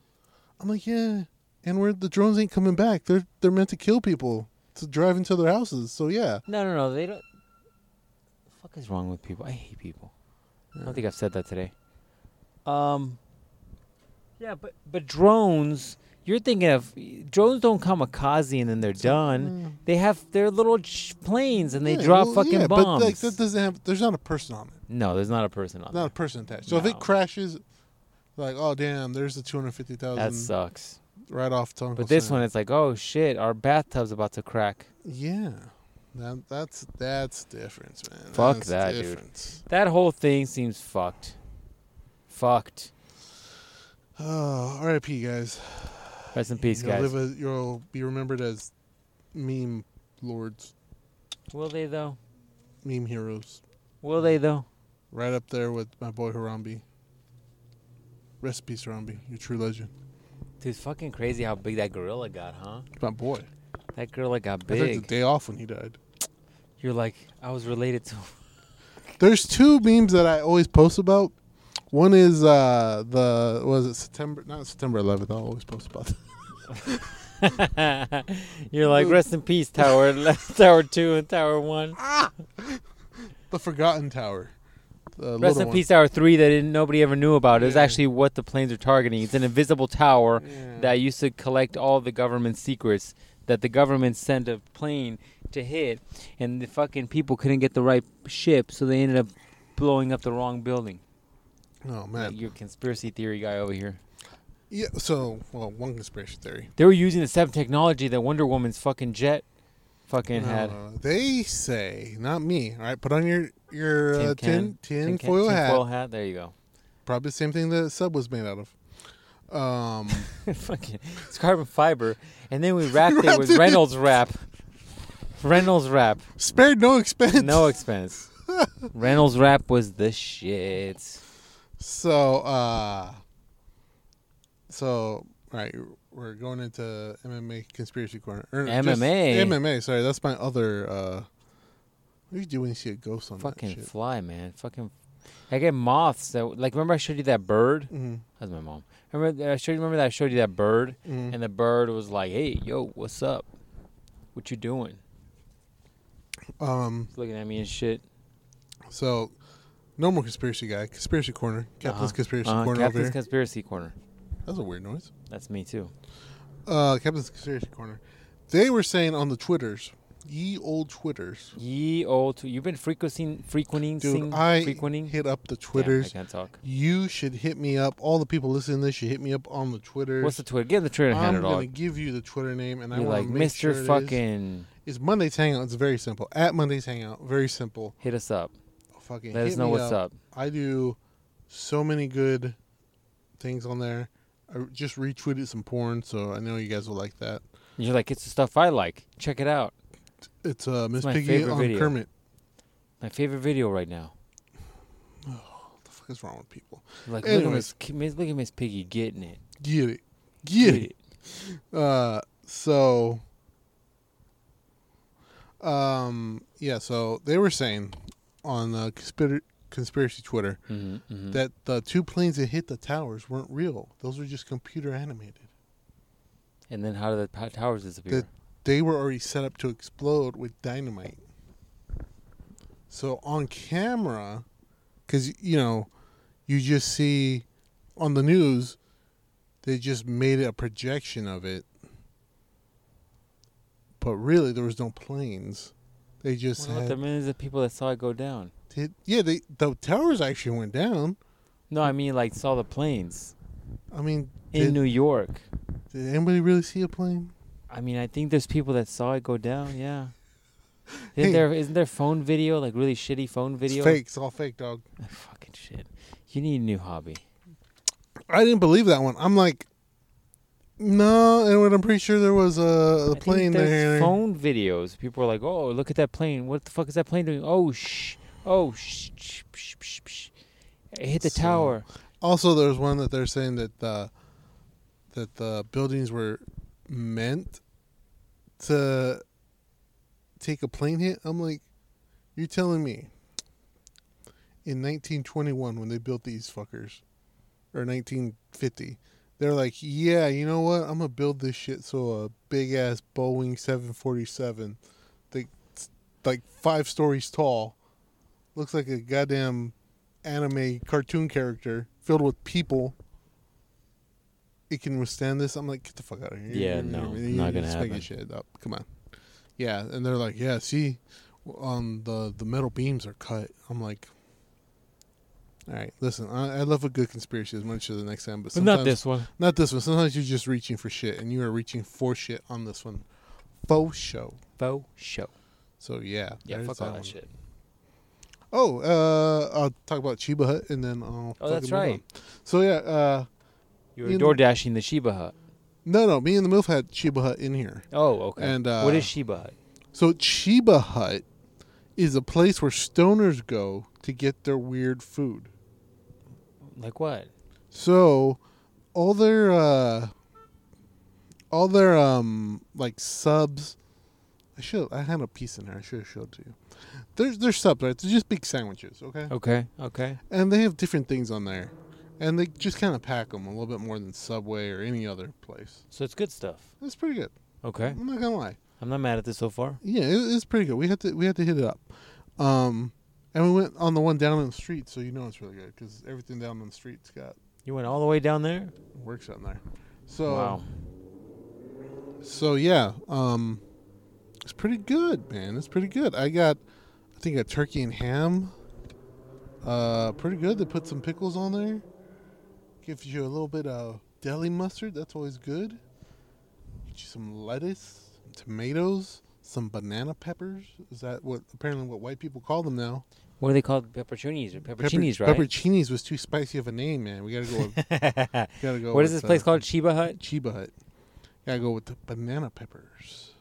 B: I'm like, yeah, and we're the drones ain't coming back. They're they're meant to kill people to drive into their houses. So yeah,
A: No, no, no. They don't. The fuck is wrong with people? I hate people. I don't think I've said that today. Um. Yeah, but but drones. You're thinking of drones don't kamikaze and then they're done.
B: Mm.
A: They have their little sh- planes and they
B: Yeah,
A: drop
B: well,
A: fucking
B: yeah,
A: bombs.
B: But like that doesn't have. There's not a person on it.
A: no, there's not a person on.
B: Not a person attached. So if
A: No.
B: it crashes, like oh damn, there's the two hundred fifty
A: there. That
B: thousand
A: sucks.
B: right off tongue.
A: But this one, it's like, oh shit, our bathtub's about to crack.
B: yeah, that, that's that's difference, man.
A: Fuck
B: that's
A: that, dude.
B: difference.
A: That whole thing seems fucked. Fucked.
B: Oh, R.I.P. guys.
A: Rest in peace,
B: you'll
A: guys.
B: Live as, you'll be remembered as meme lords,
A: Will they though?
B: meme heroes.
A: Will they though?
B: Right up there with my boy Harambe. Rest in peace, Harambe. You're a true legend.
A: Dude, it's fucking crazy how big that gorilla got, huh?
B: My boy.
A: That gorilla got
B: I took
A: big.
B: the day off when he died.
A: You're like, I was related to.
B: There's two memes that I always post about. One is uh the what was it September not September 11th. I'll always post about that.
A: You're like, rest in peace, Tower Tower Two and Tower One.
B: the Forgotten Tower. The
A: Rest
B: little
A: in
B: one.
A: peace, Tower Three. That didn't, nobody ever knew about. It was
B: Yeah.
A: actually what the planes are targeting. It's an invisible tower
B: Yeah.
A: that used to collect all the government secrets that the government sent a plane to hit, and the fucking people couldn't get the right ship, so they ended up blowing up the wrong building.
B: Oh man.
A: Your conspiracy theory guy over here.
B: Yeah. So well, one conspiracy theory.
A: They were using the same technology that Wonder Woman's fucking jet fucking
B: No, Uh,
A: had.
B: no, no. They say, not me. All right, put on your your tin uh,
A: Tin can.
B: tin, tin,
A: Tin can-
B: foil
A: tin
B: hat.
A: foil hat. There you go.
B: Probably the same thing that sub was made out of. Um,
A: fucking, it's carbon fiber, and then we wrapped it
B: Wrapped
A: with
B: it in-
A: Reynolds wrap. Reynolds wrap,
B: spared no expense.
A: no expense. Reynolds wrap was the shit.
B: So, uh, so all right, we're going into MMA conspiracy corner. Or just
A: MMA.
B: MMA. Sorry, that's my other. uh What do you do when you see a ghost on that
A: Fucking
B: shit?
A: fly, man. Fucking I get moths that like remember I showed you that bird?
B: Mm,
A: That's my mom. Remember uh, I showed you remember that I showed you that bird
B: mm.
A: and the bird was like, "Hey, yo, what's up? What you doing?"
B: um,
A: It's looking at me and shit.
B: so, no more conspiracy guy. Conspiracy corner. Captain's
A: Uh-huh.
B: conspiracy
A: Uh,
B: corner
A: Captain's
B: over here.
A: conspiracy corner.
B: That's a weird noise.
A: That's me too.
B: Uh, Captain's conspiracy corner. They were saying on the twitters, ye old twitters,
A: Ye old, you've been frequenting, frequenting,
B: dude.
A: sing,
B: I
A: frequenting.
B: hit up the
A: Damn,
B: twitters.
A: I can't talk.
B: you should hit me up. All the people listening to this should hit me up on the twitters.
A: What's the Twitter? Give the Twitter a
B: I'm
A: handle.
B: gonna
A: dog.
B: give you the Twitter name, and I
A: You're
B: want
A: like
B: to make
A: Mr.
B: sure it is-
A: fucking.
B: It's Mondays Hangout. It's very simple. At Mondays Hangout, very simple.
A: Hit us up.
B: Fucking
A: Let
B: hit
A: us know
B: me
A: what's up.
B: I do so many good things on there. I just retweeted some porn, so I know you guys will like that.
A: You're like, it's the stuff I like. Check it out.
B: It's uh, Miss
A: my
B: Piggy
A: favorite
B: on
A: video.
B: Kermit.
A: My favorite video right now.
B: What the fuck is wrong with people?
A: Like, look at
B: Anyways.
A: Miss, Ki- Miss- look at Miss Piggy getting it.
B: Get it, get, it. Uh, so, um, yeah. So they were saying on uh, conspir- conspiracy Twitter
A: hmm hmm
B: that the two planes that hit the towers weren't real. Those were just computer animated.
A: and then how did the po- towers disappear?
B: The- they were already set up to explode with dynamite. So on camera, because you know, you just see on the news, they just made a projection of it. But really, there was no planes. They just
A: what about the
B: had
A: millions of people that saw it go down?
B: did- yeah. They the towers actually went down.
A: No, I mean like saw the planes
B: I mean,
A: in
B: did,
A: New York.
B: did anybody really see a plane?
A: I mean, I think there's people that saw it go down. Yeah.
B: Hey.
A: Isn't there isn't there phone video like really shitty phone video? Ah,
B: It's fake. It's all fake, dog.
A: Fucking shit. You need a new hobby.
B: I didn't believe that one. I'm like, no, and when I'm pretty sure there was a, a
A: I think
B: plane
A: there's
B: there.
A: Phone videos. People are like, "Oh, look at that plane. What the fuck is that plane doing? Oh shh. Oh shh. shh, shh, shh, shh. It hit the
B: So-
A: tower.
B: Also, there's one that they're saying that the that the buildings were meant to take a plane hit. I'm like, you're telling me in 1921 when they built these fuckers, or 1950. They're like, yeah, you know what? I'm gonna build this shit so a big ass Boeing 747, like, like five stories tall, looks like a goddamn anime cartoon character filled with people. It can withstand this. I'm like, get the fuck out of here.
A: Yeah, no, not gonna
B: just making
A: happen.
B: Shit up. Come on. Yeah, and they're like, yeah, see, um, the the metal beams are cut. I'm like. All right, listen. I, I love a good conspiracy as much as the next time, but,
A: But not
B: sometimes
A: this one.
B: not this one. Sometimes you're just reaching for shit, and you are reaching for shit on this one. Faux show.
A: Faux show.
B: So yeah,
A: Yeah,
B: there's
A: fuck all
B: one.
A: that um, shit.
B: Oh, uh, I'll talk about Chiba Hut, and then I'll.
A: Oh, that's
B: fucking move
A: right.
B: on. So yeah, uh,
A: You were
B: You-
A: door dashing the Sheba Hut.
B: no, no, me and the MILF had Chiba Hut in here.
A: Oh, okay.
B: And, uh,
A: what is Sheba Hut?
B: So Chiba Hut is a place where stoners go to get their weird food.
A: Like what?
B: So all their uh all their um like subs I should I had a piece in there, I should have showed it to you. There's there's subs, right? They're just big sandwiches, okay?
A: Okay. Okay.
B: And they have different things on there. And they just kind of pack them a little bit more than Subway or any other place.
A: So it's good stuff.
B: It's pretty good.
A: Okay.
B: I'm not gonna lie.
A: I'm not mad at this so far.
B: Yeah, it, it's pretty good. We had to we had to hit it up, um, and we went on the one down on the street, so you know it's really good because everything down on the street's got
A: You went all the way down there?
B: works on there. So
A: wow.
B: So yeah, um, it's pretty good, man. It's pretty good. I got, I think, a turkey and ham. Uh, pretty good. They put some pickles on there. Gives you a little bit of deli mustard. That's always good. Get you some lettuce, tomatoes, some banana peppers. Is that what apparently what white people call them now?
A: What are they called? Pepperonis or
B: Pepper-
A: pepperonis,
B: Pepperoncinis was too spicy of a name, man. We gotta go. With,
A: right?
B: gotta go.
A: what is this
B: with,
A: place
B: uh,
A: called? Sheba Hut?
B: Chiba Hut. Gotta go with the banana peppers.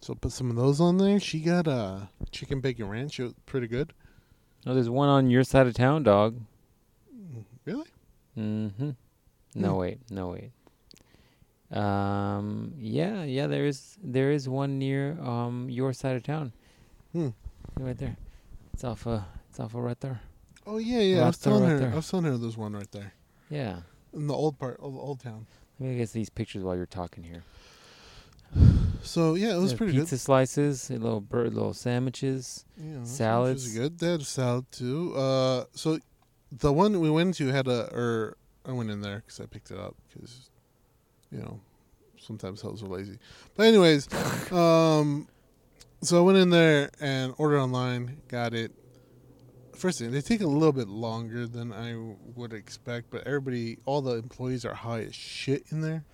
B: So put some of those on there. She got uh, chicken bacon ranch. It was pretty good.
A: No, there's one on your side of town, dog.
B: Really?
A: Mm-hmm. No
B: Hmm.
A: wait, no wait. Um. Yeah, yeah. There is there is one near um your side of town.
B: Hmm.
A: Right there. It's off uh it's off uh, right there.
B: Oh yeah, yeah. I was
A: Left or
B: telling
A: right
B: her.
A: there?
B: I was telling her there's one right there
A: Yeah.
B: in the old part, old, old town.
A: Let me get these pictures while you're talking here.
B: So yeah, it was
A: There's
B: pretty
A: pizza slices, a little bird, little sandwiches.
B: good. Yeah,
A: salads.
B: was good. They had a salad too. Uh, so the one we went to had a, or I went in there because I picked it up because, you know, sometimes hoes are lazy. But anyways, um, so I went in there and ordered online, got it. First thing, they take a little bit longer than I would expect, but everybody, all the employees are high as shit in there.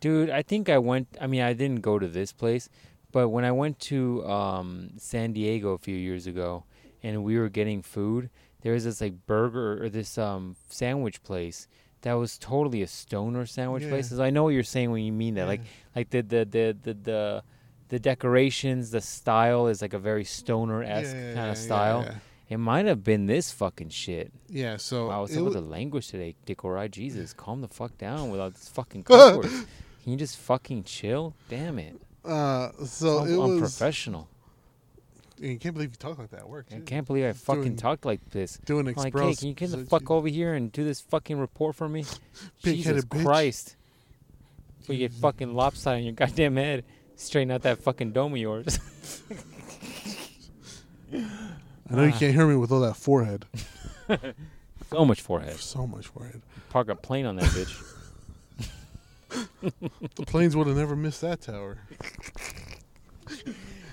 A: Dude, I think I went. I mean, I didn't go to this place, but when I went to um, San Diego a few years ago, and we were getting food, there was this like burger or this um, sandwich place that was totally a stoner sandwich
B: Yeah.
A: place. 'Cause I know what you're saying when you mean that. Like, like the the the the the, the decorations, the style is like a very stoner esque
B: Yeah, yeah,
A: kind
B: yeah,
A: of style.
B: Yeah,
A: It might have been this fucking shit.
B: yeah. so
A: Wow, what's
B: it
A: up with
B: wa-
A: the language today, Dick or I? Jesus, calm the fuck down with all this fucking cuss words. Can you just fucking chill? Damn it.
B: uh, so
A: I'm
B: it was.
A: unprofessional.
B: And you can't believe you talk like that at work.
A: I
B: too.
A: can't believe I fucking
B: doing-
A: talked like this.
B: Doing
A: I'm like,
B: express.
A: hey, can you get the fuck over here and do this fucking report for me? Jesus
B: Pig-headed bitch.
A: Christ. Before you get fucking lopsided on your goddamn head, straighten out that fucking dome of yours.
B: I know you
A: Ah.
B: can't hear me with all that forehead.
A: so much forehead.
B: so much forehead.
A: Park a plane on that bitch.
B: The planes would have never missed that tower.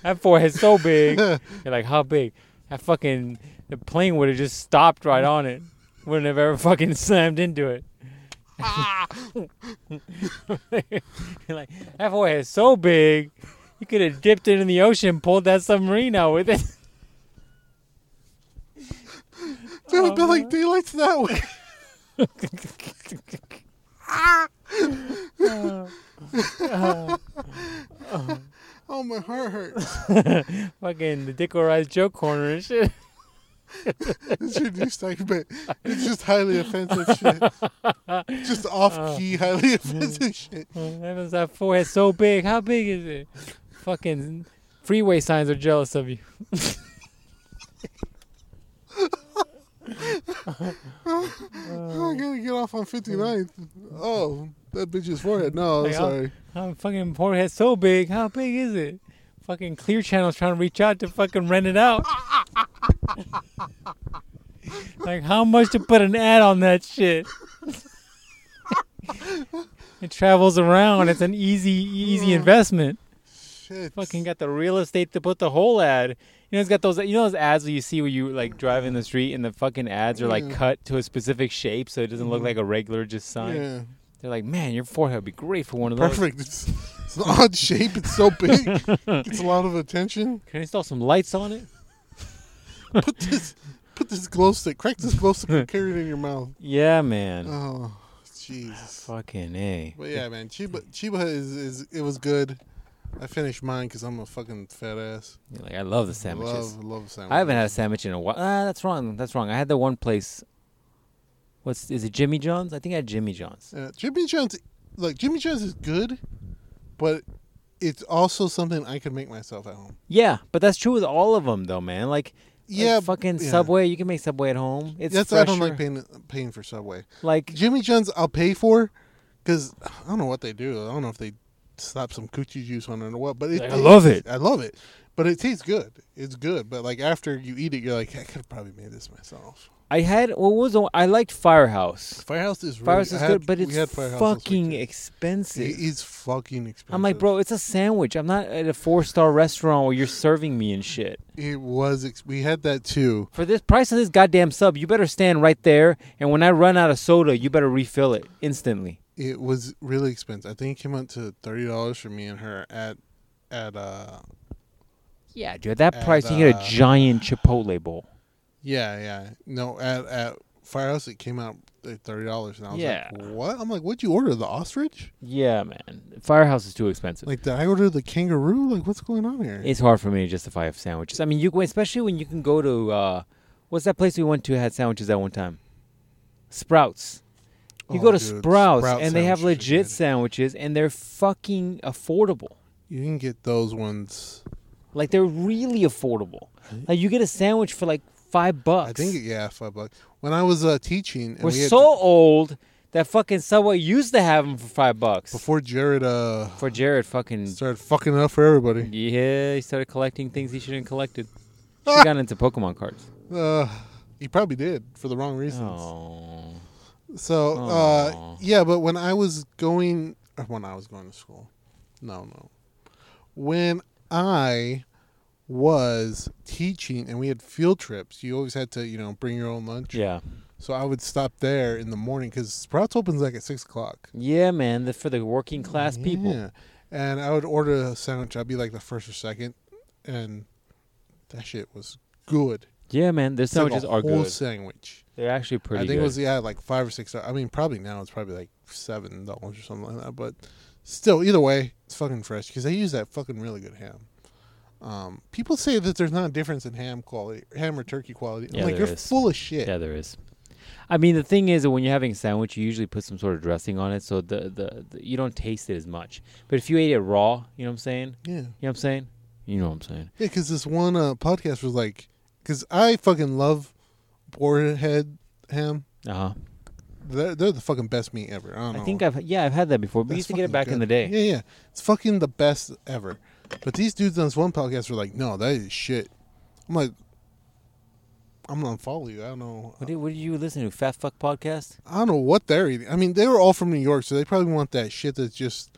A: That forehead's so big. You're like, how big? That fucking the plane would have just stopped right on it. Wouldn't have ever fucking slammed into it. You're like, that forehead's so big. You could have dipped it in the ocean, pulled that submarine out with it.
B: There
A: Oh,
B: would have been like daylights that way. Oh, my heart hurts.
A: fucking the Dick or Eyes joke corner and shit.
B: It's your new segment. It's just highly offensive shit. Just
A: Oh.
B: off key, highly offensive shit.
A: That was that forehead so big. How big is it? Fucking freeway signs are jealous of you.
B: Oh, I gotta get off on 59th. Oh, that bitch's forehead. No, I'm
A: Like, I'll-
B: sorry.
A: I'm fucking forehead so big. How big is it? Fucking Clear Channel's trying to reach out to fucking rent it out. like how much to put an ad on that shit? it travels around. It's an easy, easy investment.
B: Shit.
A: Fucking got the real estate to put the whole ad. You know, it's got those. You know those ads where you see where you like drive in the street and the fucking ads are like
B: Yeah. Mm-hmm.
A: cut to a specific shape so it doesn't look like a regular just sign.
B: Yeah.
A: They're like, man, your forehead would be great for one of those.
B: Perfect. It's, it's an odd shape. It's so big. Gets a lot of attention.
A: Can I install some lights on it?
B: Put this, put this glow stick. Crack this glow stick. and Carry it in your mouth.
A: Yeah, man.
B: Oh, Jesus.
A: Fucking A.
B: But yeah, man, Chiba Chiba is, is it was good. I finished mine because I'm a fucking fat ass.
A: You're like, I love the sandwiches.
B: Love love sandwiches.
A: I haven't had a sandwich in a while. Ah, that's wrong. That's wrong. I had the one place. What's is it? Jimmy John's? I think I had Jimmy John's.
B: Uh, Jimmy John's like Jimmy John's is good, but it's also something I could make myself at home.
A: Yeah, but that's true with all of them, though, man. Like, like
B: Yeah,
A: fucking
B: yeah.
A: Subway. You can make Subway at home. It's
B: That's
A: fresher.
B: I don't like paying paying for Subway.
A: Like,
B: Jimmy John's I'll pay for, because I don't know what they do. I don't know if they slap some coochie juice on it or what. But it
A: Like, I love
B: tastes-
A: it.
B: I love it. But it tastes good. It's good. But like after you eat it, you're like, I could have probably made this myself.
A: I had what was the one- I liked Firehouse.
B: Firehouse is really,
A: Firehouse
B: I
A: is
B: had-
A: good, but
B: we
A: it's
B: had Firehouse this
A: fucking
B: weekend.
A: expensive.
B: It is fucking expensive.
A: I'm like, bro, it's a sandwich. I'm not at a four star restaurant where you're serving me and shit.
B: It was. Ex- we had that too.
A: For this price of this goddamn sub, you better stand right there. And when I run out of soda, you better refill it instantly.
B: It was really expensive. I think it came out to thirty dollars for me and her at at uh
A: Yeah, dude. At that
B: And,
A: price, you get
B: uh,
A: a giant Chipotle bowl.
B: yeah yeah no at at Firehouse it came out at thirty dollars and I was
A: Yeah.
B: like what I'm like what'd you order the ostrich
A: Yeah, man. Firehouse is too expensive.
B: like did I order the kangaroo like what's going on here
A: it's hard for me to justify sandwiches. I mean, you especially when you can go to uh, what's that place we went to had sandwiches at one time? Sprouts. You
B: Oh,
A: go to
B: dude,
A: Sprouts
B: Sprout
A: and they have
B: sandwiches are
A: legit
B: good.
A: sandwiches and they're fucking affordable.
B: you can get those ones
A: Like they're really affordable. Like you get a sandwich for like five bucks.
B: I think yeah, five bucks. When I was uh, teaching, and
A: we're
B: we had,
A: so old that fucking Subway used to have them for five bucks.
B: before Jared uh
A: for Jared, fucking
B: started fucking it up for everybody.
A: yeah, he started collecting things he shouldn't have collected. He got into Pokemon cards.
B: Uh, he probably did for the wrong reasons.
A: Oh,
B: So uh,
A: Aw.
B: yeah, but when I was going, or when I was going to school, no, no, when I was teaching and we had field trips, you always had to, you know, bring your own lunch.
A: yeah,
B: So I would stop there in the morning because Sprouts opens like at six o'clock.
A: yeah, man. The, for the working class people.
B: Yeah. And I would order a sandwich. I'd be like the first or second, and that shit was good.
A: Yeah, man. Their
B: It's like
A: sandwiches
B: a
A: are
B: whole
A: good.
B: sandwich.
A: They're actually pretty.
B: I think
A: good.
B: it was yeah, like five or six. I mean, probably now it's probably like seven dollars or something like that. But still, either way, it's fucking fresh because they use that fucking really good ham. Um, people say that there's not a difference in ham quality, ham or turkey quality. I'm
A: Yeah,
B: like
A: there
B: you're
A: is.
B: full of shit.
A: Yeah, there is. I mean, the thing is that when you're having a sandwich, you usually put some sort of dressing on it, so the, the, the you don't taste it as much. But if you ate it raw, you know what I'm saying?
B: Yeah,
A: You know what I'm saying? You know what I'm saying?
B: yeah. Because this one uh, podcast was like, because I fucking love boarhead ham.
A: Uh huh.
B: They're, they're the fucking best meat ever. I don't
A: I
B: know.
A: think I've yeah I've had that before. We
B: That's
A: used to get it
B: fucking
A: back in
B: good.
A: the day.
B: Yeah, yeah. It's fucking the best ever. But these dudes on this one podcast were like, no, that is shit. I'm like, I'm going to follow you. I don't know.
A: What did, what did you listen to? Fat fuck podcast?
B: I don't know what they're eating. I mean, they were all from New York, so they probably want that shit that's just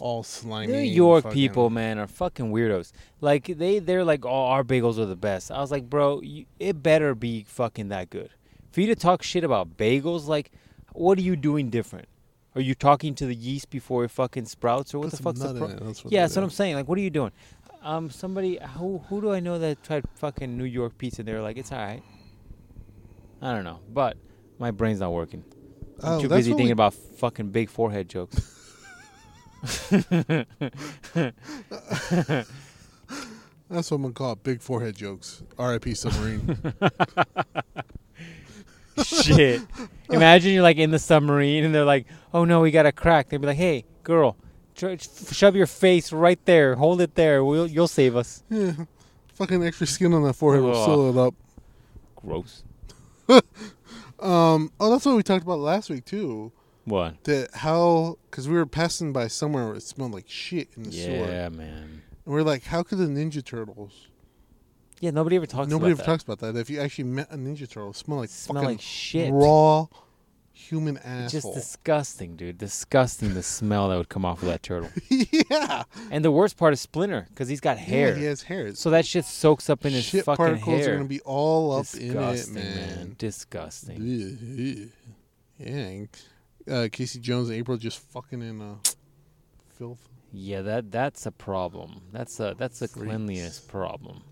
B: all slimy.
A: New
B: and
A: York
B: fucking-
A: people, man, are fucking weirdos. Like they they're like, oh, our bagels are the best. I was like, bro, you, it better be fucking that good. For you to talk shit about bagels, like, what are you doing different? Are you talking to the yeast before it fucking sprouts, or what
B: Put
A: the
B: some
A: fuck's the
B: nut in
A: pro-
B: it, that's what
A: yeah,
B: they
A: that's what
B: do.
A: I'm saying. Like, what are you doing? Um, somebody who who do I know that tried fucking New York pizza? and They were like, it's all right. I don't know, but my brain's not working. I'm
B: Oh,
A: too
B: that's
A: busy
B: what
A: thinking
B: we-
A: about fucking big forehead jokes.
B: That's what I'm going to call it, big forehead jokes. RIP submarine.
A: Shit. Imagine you're like in the submarine and they're like, "Oh no, we got a crack." They'd be like, "Hey, girl, tr- shove your face right there. Hold it there. We'll you'll save us."
B: yeah. Fucking extra skin on that forehead will
A: Ugh.
B: seal it up.
A: Gross.
B: Um, oh, that's what we talked about last week, too.
A: What?
B: that how because we were passing by somewhere where it smelled like shit in the sewer,
A: Yeah,
B: and
A: man.
B: we are like, how could the Ninja Turtles?
A: Yeah, nobody ever talks
B: Nobody ever
A: about that.
B: talks about that. If you actually met a Ninja Turtle, it smelled like
A: Smell
B: fucking
A: like shit.
B: raw human
A: It's Just
B: asshole.
A: disgusting, dude. Disgusting the smell that would come off of that turtle.
B: yeah,
A: And the worst part is Splinter cuz he's got hair.
B: Yeah, he has hair.
A: So that shit soaks up in his
B: shit
A: fucking
B: particles
A: hair.
B: are gonna be all up
A: Disgusting,
B: in it, man.
A: Disgusting.
B: Ugh, ugh. Yeah, and, uh, Casey Jones and April just fucking in uh, filth.
A: Yeah, that that's a problem. That's a that's a
B: Freaks.
A: cleanliness problem.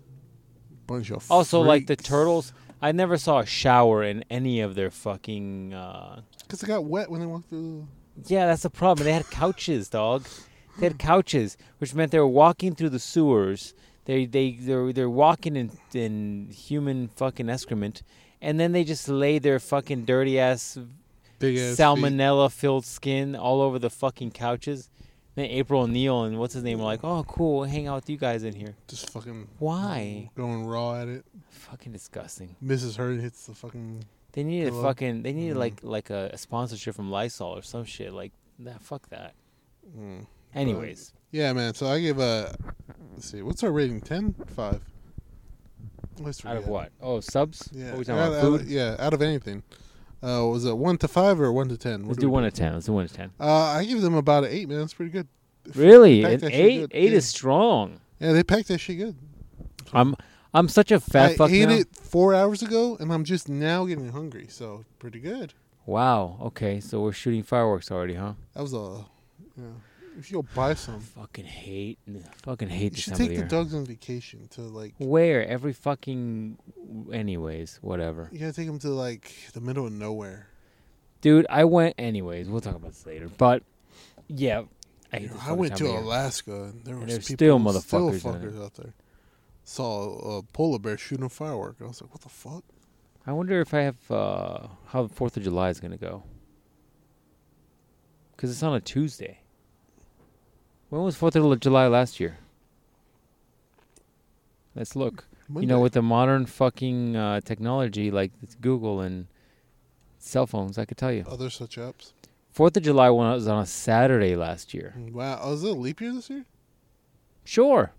B: Bunch of
A: Also, like the
B: freaks.
A: turtles, I never saw a shower in any of their fucking. Uh...
B: 'Cause they got wet when they walked through.
A: Yeah, that's the problem. They had couches, dog. They had couches, which meant they were walking through the sewers. They they they're they're walking in in human fucking excrement, and then they just lay their fucking dirty ass
B: Big ass feet.
A: salmonella filled skin all over the fucking couches. Then April O'Neil and what's his name were like, "Oh, cool, we'll hang out with you guys in here."
B: Just fucking
A: Why?
B: going raw at it.
A: Fucking disgusting.
B: Misses her hits the fucking.
A: They needed
B: Hello?
A: fucking. They needed
B: Mhm.
A: like like a, a sponsorship from Lysol or some shit. Like, nah, fuck that.
B: Mm.
A: Anyways,
B: Yeah, man. So I give a. Let's see. What's our rating? 10? 5? Let's
A: out of
B: forget.
A: what? Oh, subs.
B: Yeah.
A: What we talking
B: out,
A: about?
B: out-
A: Food.
B: yeah, out of anything. Uh, was it 1 to 5 or 1 to 10?
A: Let's do one to ten. Let's do one to ten.
B: Uh, I give them about an 8, man. That's pretty good.
A: Really,
B: Packed
A: an
B: that shit
A: eight.
B: good.
A: Eight
B: Yeah.
A: is strong.
B: Yeah, they packed that shit good.
A: I'm I'm such a fat
B: I
A: fuck
B: ate
A: now.
B: it four hours ago, and I'm just now getting hungry. So pretty good.
A: Wow. Okay, so we're shooting fireworks already, huh?
B: That was a. Yeah. If you'll buy some,
A: Fucking hate. Fucking hate
B: you
A: this time
B: should
A: of
B: take
A: the
B: the
A: year.
B: dogs on vacation to like.
A: Where every fucking. Anyways, whatever.
B: You gotta take them to like the middle of nowhere.
A: Dude, I went. Anyways, we'll talk about this later. But yeah, I hate
B: You know,
A: this
B: I
A: fucking
B: went
A: time
B: to
A: of year.
B: Alaska and there were
A: there's still
B: people still
A: motherfuckers in it.
B: fuckers out there. Saw a polar bear shooting a firework. I was like, what the fuck?
A: I wonder if I have uh, how the Fourth of July is gonna go. Cause it's on a Tuesday. When was Fourth of July last year? Let's look. you know, with the modern fucking uh, technology like it's Google and cell phones, I could tell you.
B: other such apps.
A: Fourth of July one was on a Saturday last year.
B: Wow, oh, is it a leap year this year?
A: Sure,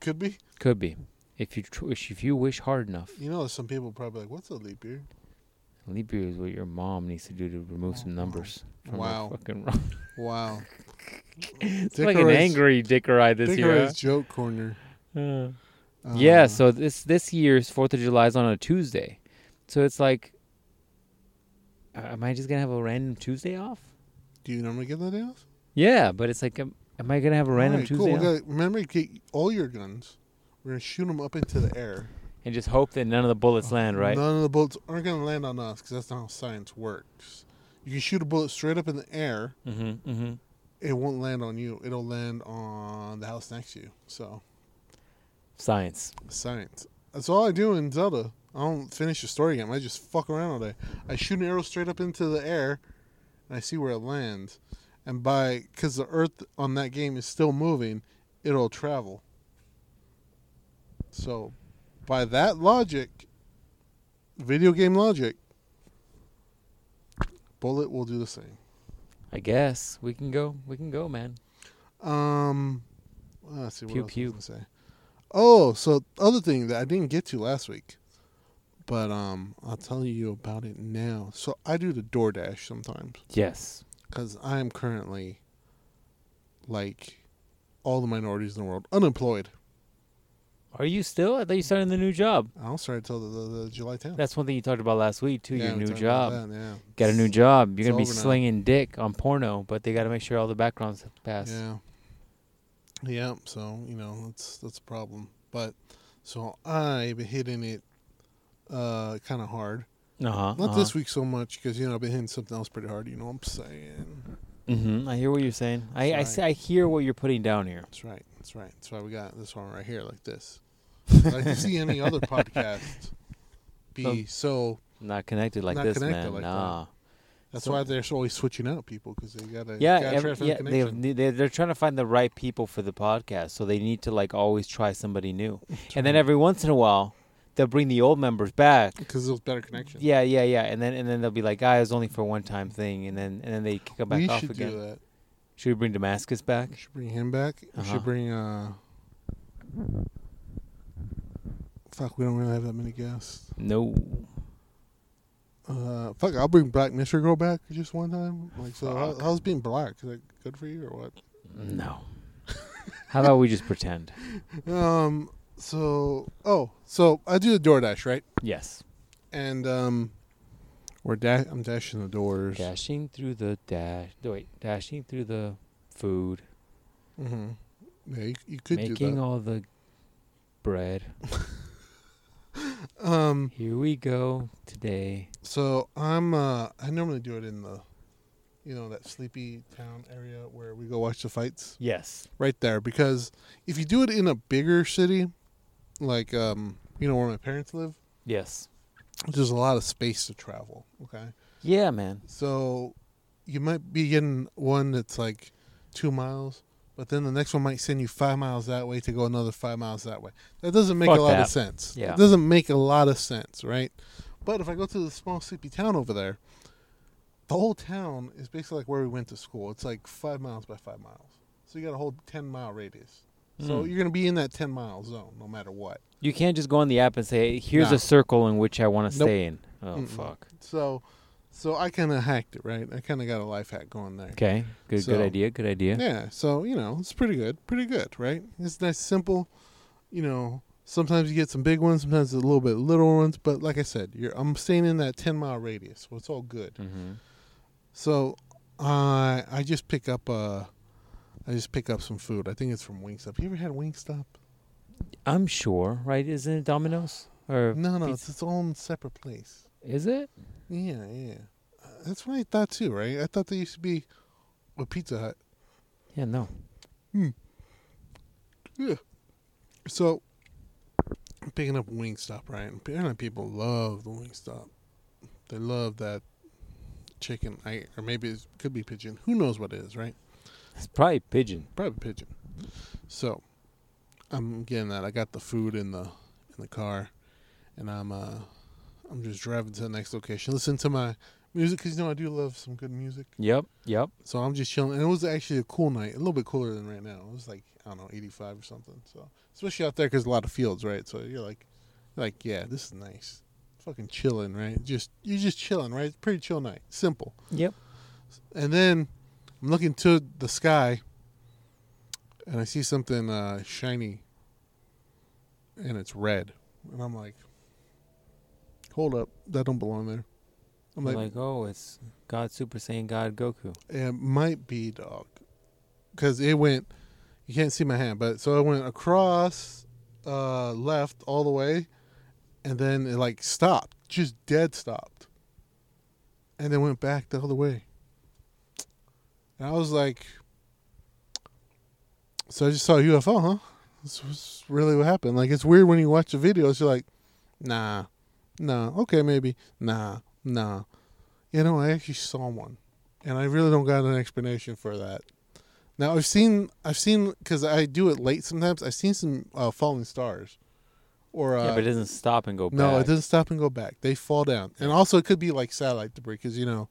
B: Could be.
A: could be, if you tr- if you wish hard enough.
B: You know, some people probably like, "What's a leap year?"
A: Leap year is what your mom needs to do to remove some numbers from
B: Wow.
A: her fucking. Wrong.
B: Wow.
A: It's like an angry dicker eye this year.
B: Dicker's joke corner.
A: huh?
B: Uh,
A: yeah, so this this year's Fourth of July is on a Tuesday, so it's like, uh, am I just gonna have a random Tuesday off?
B: do you normally get that day off?
A: Yeah, but it's like, am, am I gonna have a random
B: Alright,
A: Tuesday
B: Cool.
A: off?
B: We're gonna, remember, get all your guns. We're gonna shoot them up into the air.
A: and just hope that none of the bullets
B: Oh,
A: land, right?
B: None of the bullets aren't going to land on us because that's not how science works. You can shoot a bullet straight up in the air,
A: Mm-hmm, mm-hmm.
B: it won't land on you. It'll land on the house next to you. So,
A: Science.
B: science. That's all I do in Zelda. I don't finish the story game. I just fuck around all day. I shoot an arrow straight up into the air, and I see where it lands. And by because the Earth on that game is still moving, it'll travel. So, by that logic, video game logic, bullet will do the same.
A: I guess we can go. We can go, man.
B: Um, well, let's see what
A: Pew,
B: else
A: pew.
B: I was gonna say. Oh, so other thing that I didn't get to last week, but um, I'll tell you about it now. So I do the DoorDash sometimes
A: Yes.
B: because I am currently, like, all the minorities in the world, unemployed.
A: Are you still? I thought you started a new job.
B: I'll start till the, the, the July 10th.
A: That's one thing you talked about last week too.
B: Yeah,
A: your
B: we
A: new
B: talked about
A: job.
B: that, yeah.
A: Got a new job. You're
B: It's
A: gonna be
B: over now.
A: slinging dick on porno, but they got to make sure all the backgrounds have passed.
B: Yeah. Yeah, so, you know, that's that's a problem. But so I've been hitting it uh kind of hard.
A: Uh-huh,
B: Not this week so much because, you know, I've been hitting something else pretty hard. You know what I'm saying?
A: Mm-hmm. I hear what you're saying. I I,
B: Sorry.
A: s- I hear what you're putting down here.
B: That's right. That's right. That's why we got this one right here like this. I'd like to see any other podcast be
A: Um,
B: so.
A: Not connected like
B: Not
A: this,
B: connected
A: man.
B: like that.
A: nah.
B: That's
A: So-
B: why they're always switching out people because they gotta
A: Yeah,
B: gotta
A: every,
B: try to find
A: yeah.
B: a
A: They
B: connection.
A: have, they they're trying to find the right people for the podcast, so they need to like always try somebody new. and then every once in a while, they'll bring the old members back.
B: because those better connections.
A: Yeah, yeah, yeah. And then and then they'll be like, "Ah, it was only for one time thing," and then and then they kick 'em back
B: we
A: off
B: should
A: again.
B: do that.
A: Should we bring Damascus back?
B: We should bring him back. We
A: Uh-huh.
B: should bring uh. Fuck, we don't really have that many guests.
A: No.
B: Uh, fuck, I'll bring Black Mystery Girl back just one time. Like, so how,
A: Fuck.
B: how's being black? Is that good for you or what?
A: No. How about we just pretend?
B: Um. So, oh, so I do the DoorDash, right?
A: Yes.
B: And um, we're da- I'm dashing the doors.
A: Dashing through the dash. Wait, dashing through the food,
B: Mm-hmm. Yeah, you, you could do
A: making
B: that.
A: all the bread.
B: um.
A: Here we go today.
B: So I'm. Uh, I normally do it in the, you know, that sleepy town area where we go watch the fights.
A: Yes.
B: Right there, because if you do it in a bigger city, like um, you know, where my parents live,
A: Yes.
B: there's a lot of space to travel. Okay.
A: Yeah, man.
B: So you might be getting one that's like two miles, but then the next one might send you five miles that way to go another five miles that way. That doesn't make
A: Fuck
B: a lot
A: that.
B: of sense.
A: Yeah.
B: It doesn't make a lot of sense, right? But if I go to the small sleepy town over there, the whole town is basically like where we went to school. It's like five miles by five miles. So you got a whole ten mile radius. So
A: Mm.
B: you're gonna be in that ten mile zone no matter what.
A: You can't just go on the app and say, "Here's
B: No.
A: a circle in which I want to
B: Nope.
A: stay in." Oh
B: Mm-mm.
A: fuck.
B: So so I kinda hacked it, right? I kinda got a life hack going there.
A: Okay. Good.
B: So-
A: good idea. Good idea.
B: Yeah, so you know, it's pretty good, pretty good, right? It's nice, simple. You know, sometimes you get some big ones, sometimes a little bit little ones, but like I said, you're I'm staying in that ten mile radius, so it's all good.
A: Mm-hmm.
B: So, I I just pick up uh, I just pick up some food. I think it's from Wingstop. You ever had Wingstop?
A: I'm sure, right? Isn't it Domino's or
B: No, no,
A: pizza-
B: it's its own separate place.
A: is it?
B: Yeah, yeah. Uh, That's what I thought too, right? I thought they used to be with Pizza Hut.
A: Yeah. No.
B: So, I'm picking up Wingstop, right? Apparently, people love the Wingstop. They love that chicken. I or maybe it could be pigeon. Who knows what it is, right?
A: It's probably pigeon.
B: Probably pigeon. So, I'm getting that. I got the food in the in the car, and I'm uh I'm just driving to the next location. Listen to my music because you know I do love some good music.
A: Yep. Yep.
B: So I'm just chilling, and it was actually a cool night, a little bit cooler than right now. It was like I don't know, 85 or something. So especially out there because a lot of fields, right? So you're like, you're like yeah, this is nice, fucking chilling, right? Just you're just chilling, right? It's a pretty chill night, simple.
A: Yep.
B: And then I'm looking to the sky, and I see something uh, shiny, and it's red, and I'm like, hold up, that don't belong there. I'm
A: Like,
B: like,
A: oh, it's God Super Saiyan God Goku.
B: It might be dog, because it went. You can't see my hand, but so it went across, uh, left all the way, and then it like stopped, just dead stopped, and then went back the other way. And I was like, "So I just saw a UFO, huh? This was really what happened. Like it's weird when you watch the videos, you're like, nah, nah, okay, maybe, nah, nah. You know, I actually saw one and I really don't got an explanation for that. Now I've seen I've seen because I do it late sometimes. I've seen some uh, falling stars, or uh,
A: yeah, but it doesn't stop and go back.
B: no, it doesn't stop and go back. They fall down, and also it could be like satellite debris because you know,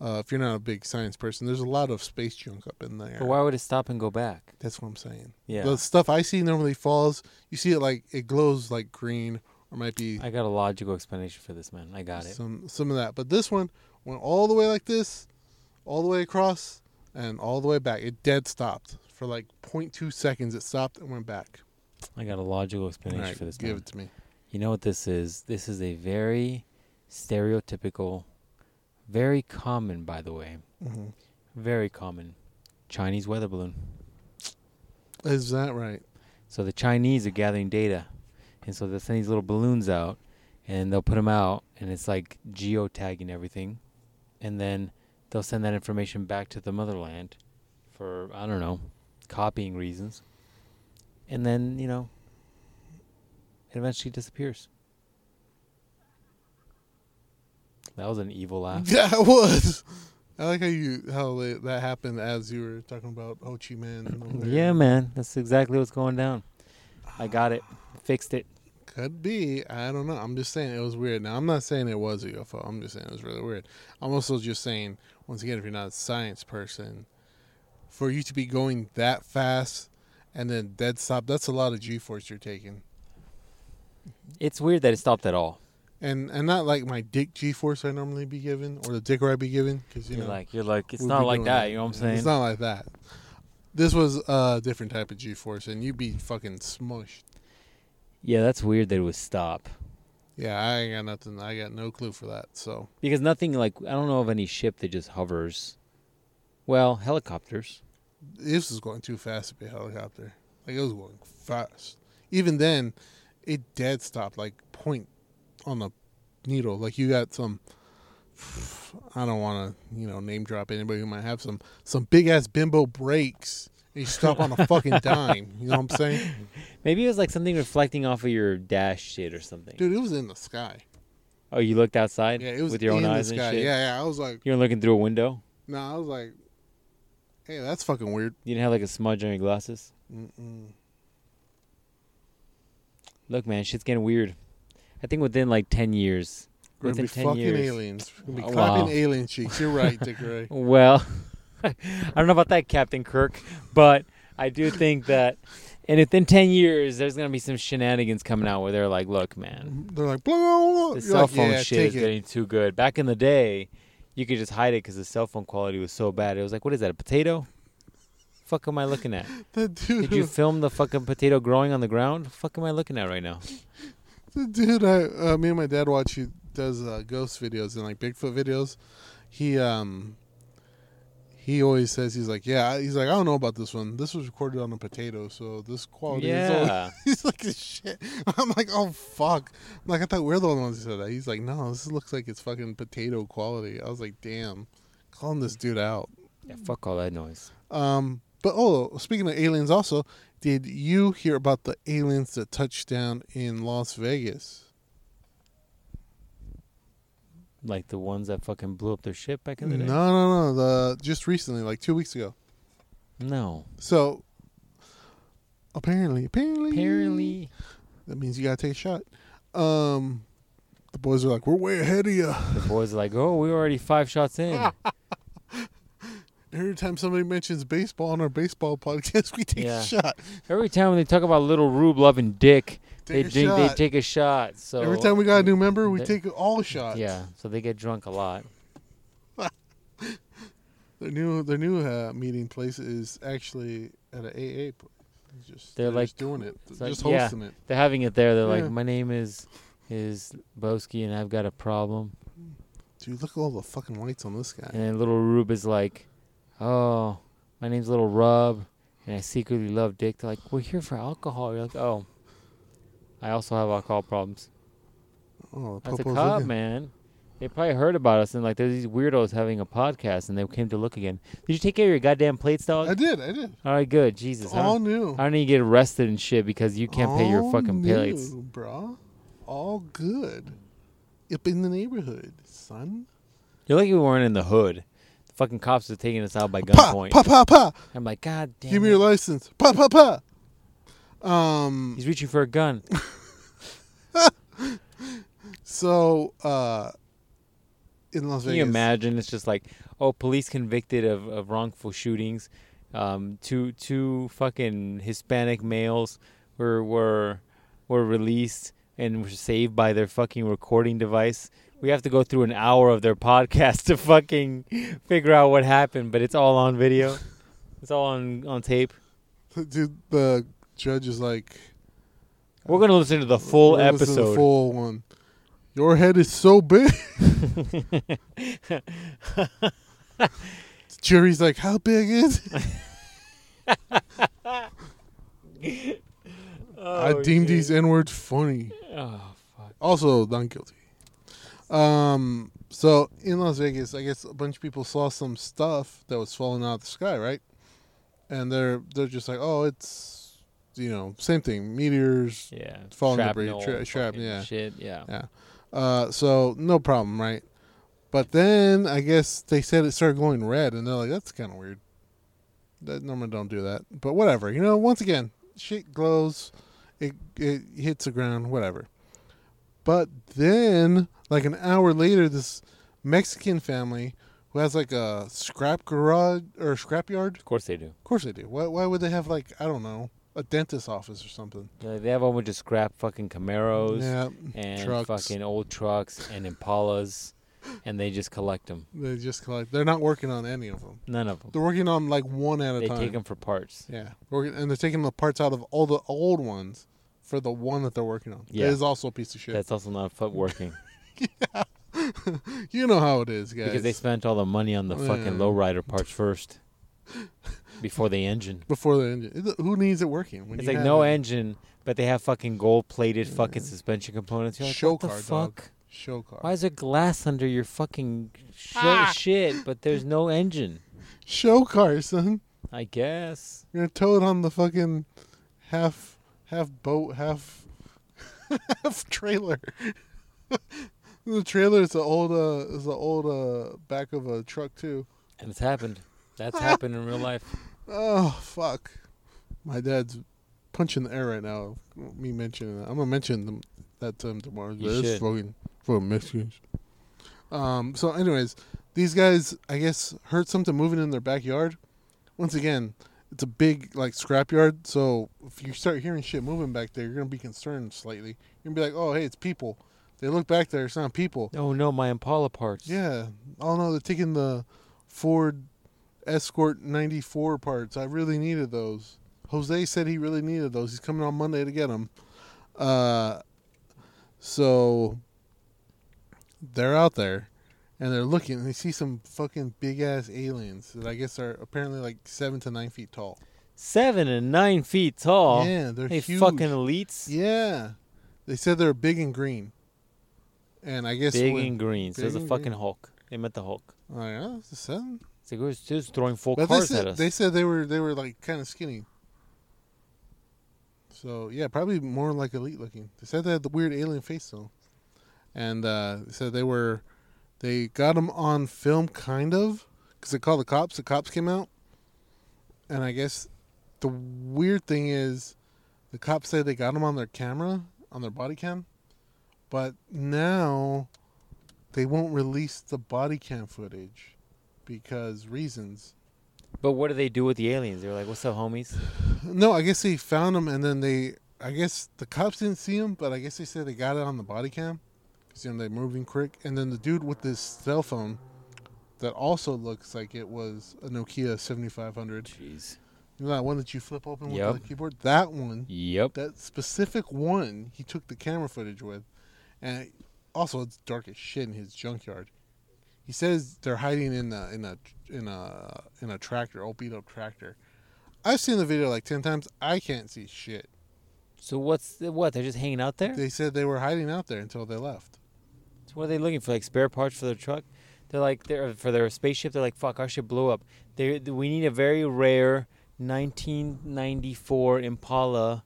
B: uh, if you're not a big science person, there's a lot of space junk up in there.
A: But why would it stop and go back?
B: That's what I'm saying.
A: Yeah.
B: The stuff I see normally falls. You see it like it glows like green, or might be
A: I got a logical explanation for this, man. I got it.
B: some some of that. But this one went all the way like this, all the way across, and all the way back. It dead stopped for like 0.2 seconds. It stopped and went back.
A: I got a logical
B: All
A: explanation
B: right,
A: for this.
B: give
A: man.
B: it to me.
A: You know what this is? This is a very stereotypical, very common, by the way,
B: Mm-hmm.
A: very common Chinese weather balloon.
B: Is that right?
A: So the Chinese are gathering data, and so they'll send these little balloons out, and they'll put them out, and it's like geotagging everything, and then they'll send that information back to the motherland, for I don't know, copying reasons, and then you know, it eventually disappears. That was an evil laugh.
B: Yeah, it was. I like how you how they- that happened as you were talking about Ho Chi Minh. and over there.
A: yeah, man, that's exactly what's going down. I got it, fixed it.
B: Could be. I don't know. I'm just saying it was weird. Now I'm not saying it was a UFO. I'm just saying it was really weird. I'm also just saying once again, if you're not a science person, for you to be going that fast and then dead stop, that's a lot of G-force you're taking.
A: It's weird that it stopped at all.
B: And and not like my dick G-force I normally be given or the dick where I be given because you
A: You're
B: know
A: like, you're like, it's
B: we'll
A: not
B: be
A: like
B: doing
A: that. You know what I'm saying?
B: it's not like that. This was a different type of G-force, and you'd be fucking smushed.
A: Yeah, that's weird that it would stop.
B: Yeah, I ain't got nothing. I got no clue for that. So
A: Because nothing like I don't know of any ship that just hovers. Well, helicopters.
B: this was going too fast to be a helicopter. Like it was going fast. Even then, it dead stopped like point on the needle. Like you got some. I don't want to you know name drop anybody who might have some some big ass bimbo brakes. And you stop on a fucking dime. You know what I'm saying,
A: Maybe it was like something reflecting off of your dash shit or something.
B: dude? It was in the sky.
A: Oh, you looked outside
B: Yeah, it was
A: with your own
B: in
A: eyes
B: the
A: and
B: sky.
A: shit.
B: Yeah, yeah. I was like,
A: You were looking through a window.
B: no, I was like, hey, that's fucking weird.
A: You didn't have like a smudge on your glasses.
B: Mm-mm.
A: Look, man, shit's getting weird. I think within like ten years.
B: We're
A: within
B: gonna be
A: ten
B: fucking
A: years. Oh,
B: aliens. We're gonna be
A: Wow.
B: clapping alien cheeks. You're right, Dick Ray.
A: Well, I don't know about that, Captain Kirk, but I do think that, and within 10 years, there's going to be some shenanigans coming out where they're like, look, man,
B: They're like, blah, blah, blah.
A: the
B: You're
A: cell
B: like,
A: phone
B: yeah,
A: shit
B: take
A: is
B: it.
A: getting too good. Back in the day, you could just hide it because the cell phone quality was so bad. It was like, what is that, a potato? Fuck am I looking at?
B: The dude,
A: Did you film the fucking potato growing on the ground? Fuck am I looking at right now?
B: the dude, I, uh, me and my dad watch. He does uh, ghost videos and like Bigfoot videos. He um, he always says he's like, yeah, he's like, I don't know about this one. This was recorded on a potato, so this quality. Is always,
A: yeah.
B: he's like, this shit. I'm like, oh fuck. I'm like I thought we're the only ones who said that. He's like, no, this looks like it's fucking potato quality. I was like, damn, calling this dude out.
A: yeah. Fuck all that noise.
B: Um, but oh, speaking of aliens, also, did you hear about the aliens that touched down in Las Vegas?
A: Like the ones that fucking blew up their ship back
B: Mm, No,
A: in the day?
B: no, no. The just recently, like two weeks ago.
A: No.
B: So, Apparently, apparently,
A: Apparently,
B: that means you gotta take a shot. Um, the boys are like, we're way ahead of you.
A: the boys are like, "Oh, we were already five shots in."
B: Every time somebody mentions baseball on our baseball podcast, we take
A: Yeah.
B: a shot.
A: Every time when they talk about little Rube loving Dick,
B: Take
A: they
B: a
A: drink,
B: shot.
A: they take a shot. So
B: Every time we got a new member, we
A: They-
B: take all shots.
A: yeah, so they get drunk a lot.
B: Their new their new uh, meeting place is actually at a AA place. It's Just
A: They're like-
B: just doing it,
A: it's
B: just
A: like, yeah.
B: hosting it.
A: They're having it there. They're
B: Yeah.
A: like, "My name is is Boski, and I've got a problem."
B: Dude, look at all the fucking lights on this guy.
A: And then little Rube is like, "Oh, my name's Little Rub, and I secretly love Dick." They're like, "We're here for alcohol." You're like, "Oh, I also have alcohol problems."
B: Oh, the
A: That's a
B: popo's
A: cop,
B: looking.
A: man. They probably heard about us and like there's these weirdos having a podcast and they came to look again. Did you take care of your goddamn plates, dog?
B: I did, I did.
A: All right, good. Jesus, I
B: all
A: don't,
B: new.
A: I don't need to get arrested and shit because you can't pay your
B: All
A: fucking
B: new,
A: plates.
B: bro. All good. Up in the neighborhood, son.
A: You're lucky we weren't in the hood. The fucking cops are taking us out by
B: Pa,
A: gunpoint.
B: pa, pa, pa.
A: I'm like, God damn.
B: Give me
A: it."
B: your license. Pa, pa, pa. Um.
A: He's reaching for a gun.
B: So, uh, in Las
A: Can
B: Vegas,
A: you imagine? It's just like, oh, police convicted of, of wrongful shootings. Um, two two fucking Hispanic males were were were released and were saved by their fucking recording device. We have to go through an hour of their podcast to fucking figure out what happened, but it's all on video. It's all on on tape.
B: dude, the judge is like,
A: We're gonna listen to the full
B: "Well, this is the
A: episode.
B: full one. Your head is so big." Jury's like, "How big is it?" I
A: Oh,
B: deem
A: shit.
B: these n words funny.
A: Oh fuck!
B: Also, not guilty. Um. So in Las Vegas, I guess a bunch of people saw some stuff that was falling out of the sky, right? And they're they're just like, "Oh, it's you know same thing, meteors,
A: Yeah,
B: Falling debris,
A: shrapnel,
B: tra- shrap-
A: fucking
B: yeah.
A: shit, yeah.
B: Uh, so no problem, right? But then I guess they said it started going red, and they're like, "That's kind of weird." That normally don't do that, but whatever. You know, once again, shit glows, it it hits the ground, whatever. But then, like an hour later, this Mexican family who has like a scrap garage or scrap yard.
A: Of course they do.
B: Of course they do. Why why would they have like I don't know a dentist office or something?
A: Yeah, they have a bunch of scrap fucking Camaros
B: Yeah,
A: and
B: trucks.
A: fucking old trucks and Impalas, and they just collect them.
B: they just collect. They're not working on any of them.
A: None of them.
B: They're working on like one at a
A: They
B: time.
A: take them for parts.
B: Yeah, working, and they're taking the parts out of all the old ones for the one that they're working on.
A: Yeah.
B: it is also a piece of shit.
A: That's also not foot working
B: you know how it is, guys.
A: because they spent all the money on the fucking
B: Yeah.
A: lowrider parts first, before the engine.
B: before the engine, it- who needs it working? When
A: It's
B: you
A: like
B: have
A: no
B: it?
A: engine, but they have fucking gold-plated fucking suspension components. You're like,
B: Show
A: what the
B: car, dog.
A: fuck?
B: show car.
A: Why is there glass under your fucking sh-
B: Ah.
A: shit? But there's no engine.
B: Show car, son.
A: I guess.
B: You're gonna tow it on the fucking half half boat, half half trailer. the trailer is the old uh is the old uh back of a truck too.
A: And it's happened. That's happened in real life.
B: Oh fuck! My dad's punching the air right now. Me mentioning that, I'm gonna mention them, that to him tomorrow.
A: You
B: This
A: should.
B: fucking fucking Mexicans. Um. So, anyways, these guys, I guess, heard something moving in their backyard. Once again, it's a big like scrapyard. So if you start hearing shit moving back there, you're gonna be concerned slightly. You're gonna be like, oh hey, it's people. They look back there, it's not people.
A: Oh no, my Impala parts.
B: Yeah. Oh no, they're taking the Ford Escort 94 parts. I really needed those. Jose said he really needed those. He's coming on Monday to get them. Uh, so they're out there and they're looking and they see some fucking big ass aliens that I guess are apparently like seven to nine feet tall.
A: Seven and nine feet tall.
B: yeah, they're
A: Hey,
B: huge.
A: fucking elites.
B: yeah. They said they're big and green. And I guess
A: Big
B: when-
A: and green. So
B: Big
A: it's a
B: and
A: fucking
B: green.
A: Hulk. They met the Hulk.
B: Oh, yeah, it's a seven.
A: It's like, we're just throwing full
B: But they
A: cars
B: said,
A: at us.
B: they said they were they were like kind of skinny. So yeah, probably more like elite looking. They said they had the weird alien face though, and uh, they said they were they got them on film kind of because they called the cops. The cops came out, and I guess the weird thing is The cops say they got him on their camera, on their body cam, but now they won't release the body cam footage because reasons.
A: But what do they do with the aliens? They're like, "What's up, homies?"
B: No, I guess they found him and then they. I guess the cops didn't see him, but I guess they said they got it on the body cam. See him, they moving quick. And then the dude with this cell phone that also looks like it was a Nokia 7500.
A: Jeez.
B: You know that one that you flip open
A: Yep.
B: with the keyboard? That one,
A: Yep.
B: that specific one, he took the camera footage with. And also, it's dark as shit in his junkyard. He says they're hiding in a in a in a in a tractor, old beat up tractor. I've seen the video like ten times. I can't see shit.
A: So what's the, what? They're just hanging out there.
B: They said they were hiding out there until they left.
A: So what are they looking for? Like spare parts for their truck? They're like they're uh, for their spaceship. They're like, "Fuck, our ship blew up. They we need a very rare 1994 Impala."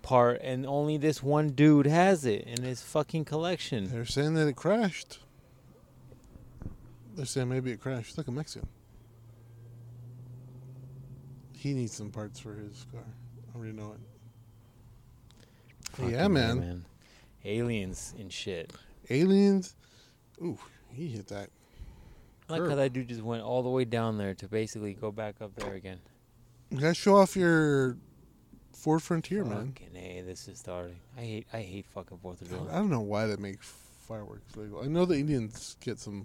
A: part and only this one dude has it in his fucking collection
B: They're saying that it crashed. They're saying maybe it crashed. Look at Mexico. He needs some parts for his car. I already know it.
A: Fucking
B: yeah,
A: A,
B: man.
A: aliens and shit
B: Aliens. Ooh, he hit that.
A: I like
B: Sure.
A: how that dude just went all the way down there to basically go back up there again
B: You guys show off your Ford Frontier, man.
A: Fucking A, this is starting. I hate I hate fucking Fourth of
B: God,
A: July.
B: I don't know why they make fireworks legal. I know the Indians get some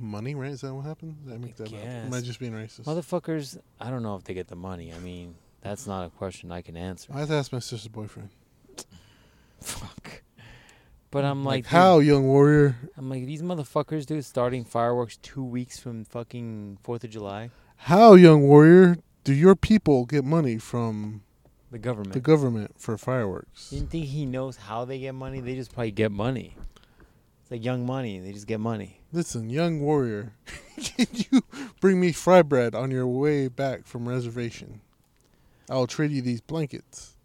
B: money, right? Is that what happened? Did I make that up? Am I
A: guess.
B: just being racist?
A: Motherfuckers, I don't know if they get the money. I mean, that's not a question I can answer.
B: I have to ask my sister's boyfriend.
A: Fuck. But I'm like,
B: like how, young warrior?
A: dude- I'm like these motherfuckers, dude, starting fireworks two weeks from fucking Fourth of July.
B: How, young warrior, do your people get money from
A: The government.
B: the government for fireworks?
A: you didn't think he knows how they get money? They just probably get money. It's like young money. They just get money.
B: Listen, young warrior, can you bring me fry bread on your way back from reservation? I'll trade you these blankets.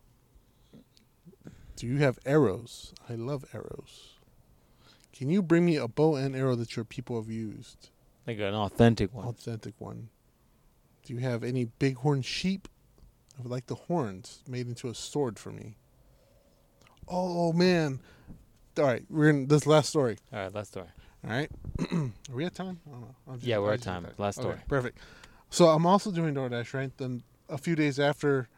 B: Do you have arrows? I love arrows. Can you bring me a bow and arrow that your people have used?
A: Like an authentic one.
B: Authentic one. Do you have any bighorn sheep? I would like the horns made into a sword for me. Oh man! All right, we're in this last story.
A: All right, last story.
B: All right. Are we at time? I don't know. I'm
A: Yeah, we're
B: I
A: at
B: got
A: time.
B: that.
A: Last
B: Okay,
A: story.
B: perfect. So I'm also doing DoorDash, right? Then a few days after,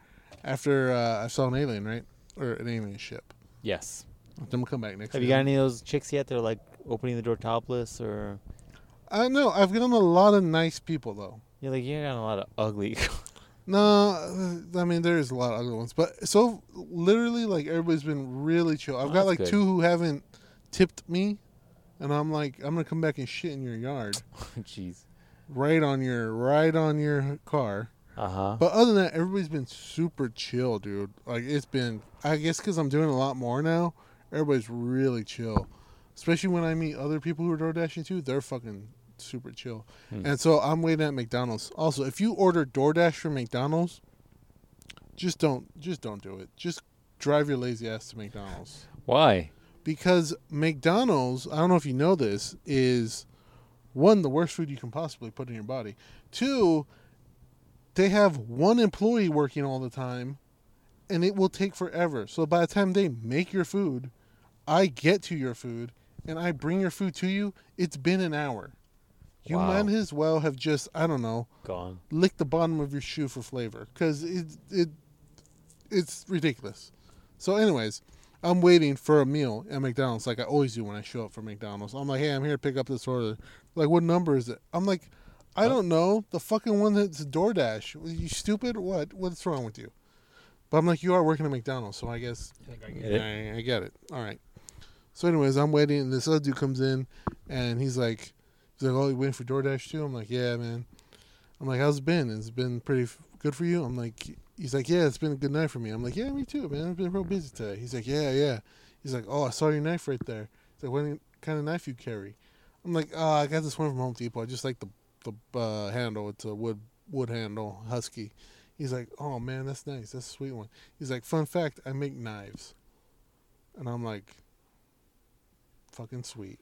B: after uh, I saw an alien, right, or an alien ship.
A: Yes.
B: I'm gonna come back next.
A: Have you got any of those chicks yet? They're like opening the door topless or.
B: I know. Uh, I've gotten a lot of nice people though.
A: You're like, you got a lot of ugly.
B: No, I mean there is a lot of other ones, but so literally like everybody's been really chill. I've
A: Oh,
B: got
A: that's
B: like
A: good.
B: two who haven't tipped me, and I'm like, I'm gonna come back and shit in your yard,
A: Oh, Jeez.
B: right on your, right on your car.
A: Uh huh.
B: But other than that, everybody's been super chill, dude. Like it's been, I guess, because I'm doing a lot more now. Everybody's really chill, especially when I meet other people who are door dashing too. They're fucking super chill.
A: Hmm.
B: And so I'm waiting at McDonald's. Also, if you order DoorDash from McDonald's, just don't, just don't do it. Just drive your lazy ass to McDonald's
A: Why?
B: because McDonald's, I don't know if you know this, is one the worst food you can possibly put in your body. Two, they have one employee working all the time and it will take forever. So by the time they make your food, I get to your food and I bring your food to you, it's been an hour. You
A: Wow.
B: might as well have just, I don't know,
A: Gone.
B: lick the bottom of your shoe for flavor because it it it's ridiculous. So, anyways, I'm waiting for a meal at McDonald's like I always do when I show up for McDonald's. I'm like, hey, I'm here to pick up this order. Like, what number is it? I'm like, I don't know. The fucking one that's DoorDash. Are you stupid? What? What's wrong with you? But I'm like, you are working at McDonald's, so I guess
A: get it.
B: I, I get it. All right. So, anyways, I'm waiting, and this other dude comes in, and he's like, he's like, oh, you waiting for DoorDash too? I'm like, yeah, man. I'm like, how's it been? It's been pretty f- good for you. I'm like, he's like, yeah, it's been a good night for me. I'm like, yeah, me too, man. I've been real busy today. He's like, yeah, yeah. He's like, oh, I saw your knife right there. He's like, what kind of knife you carry? I'm like, oh, I got this one from Home Depot. I just like the the uh, handle. It's a wood wood handle, husky. He's like, oh man, that's nice. That's a sweet one. He's like, fun fact, I make knives. And I'm like, fucking sweet.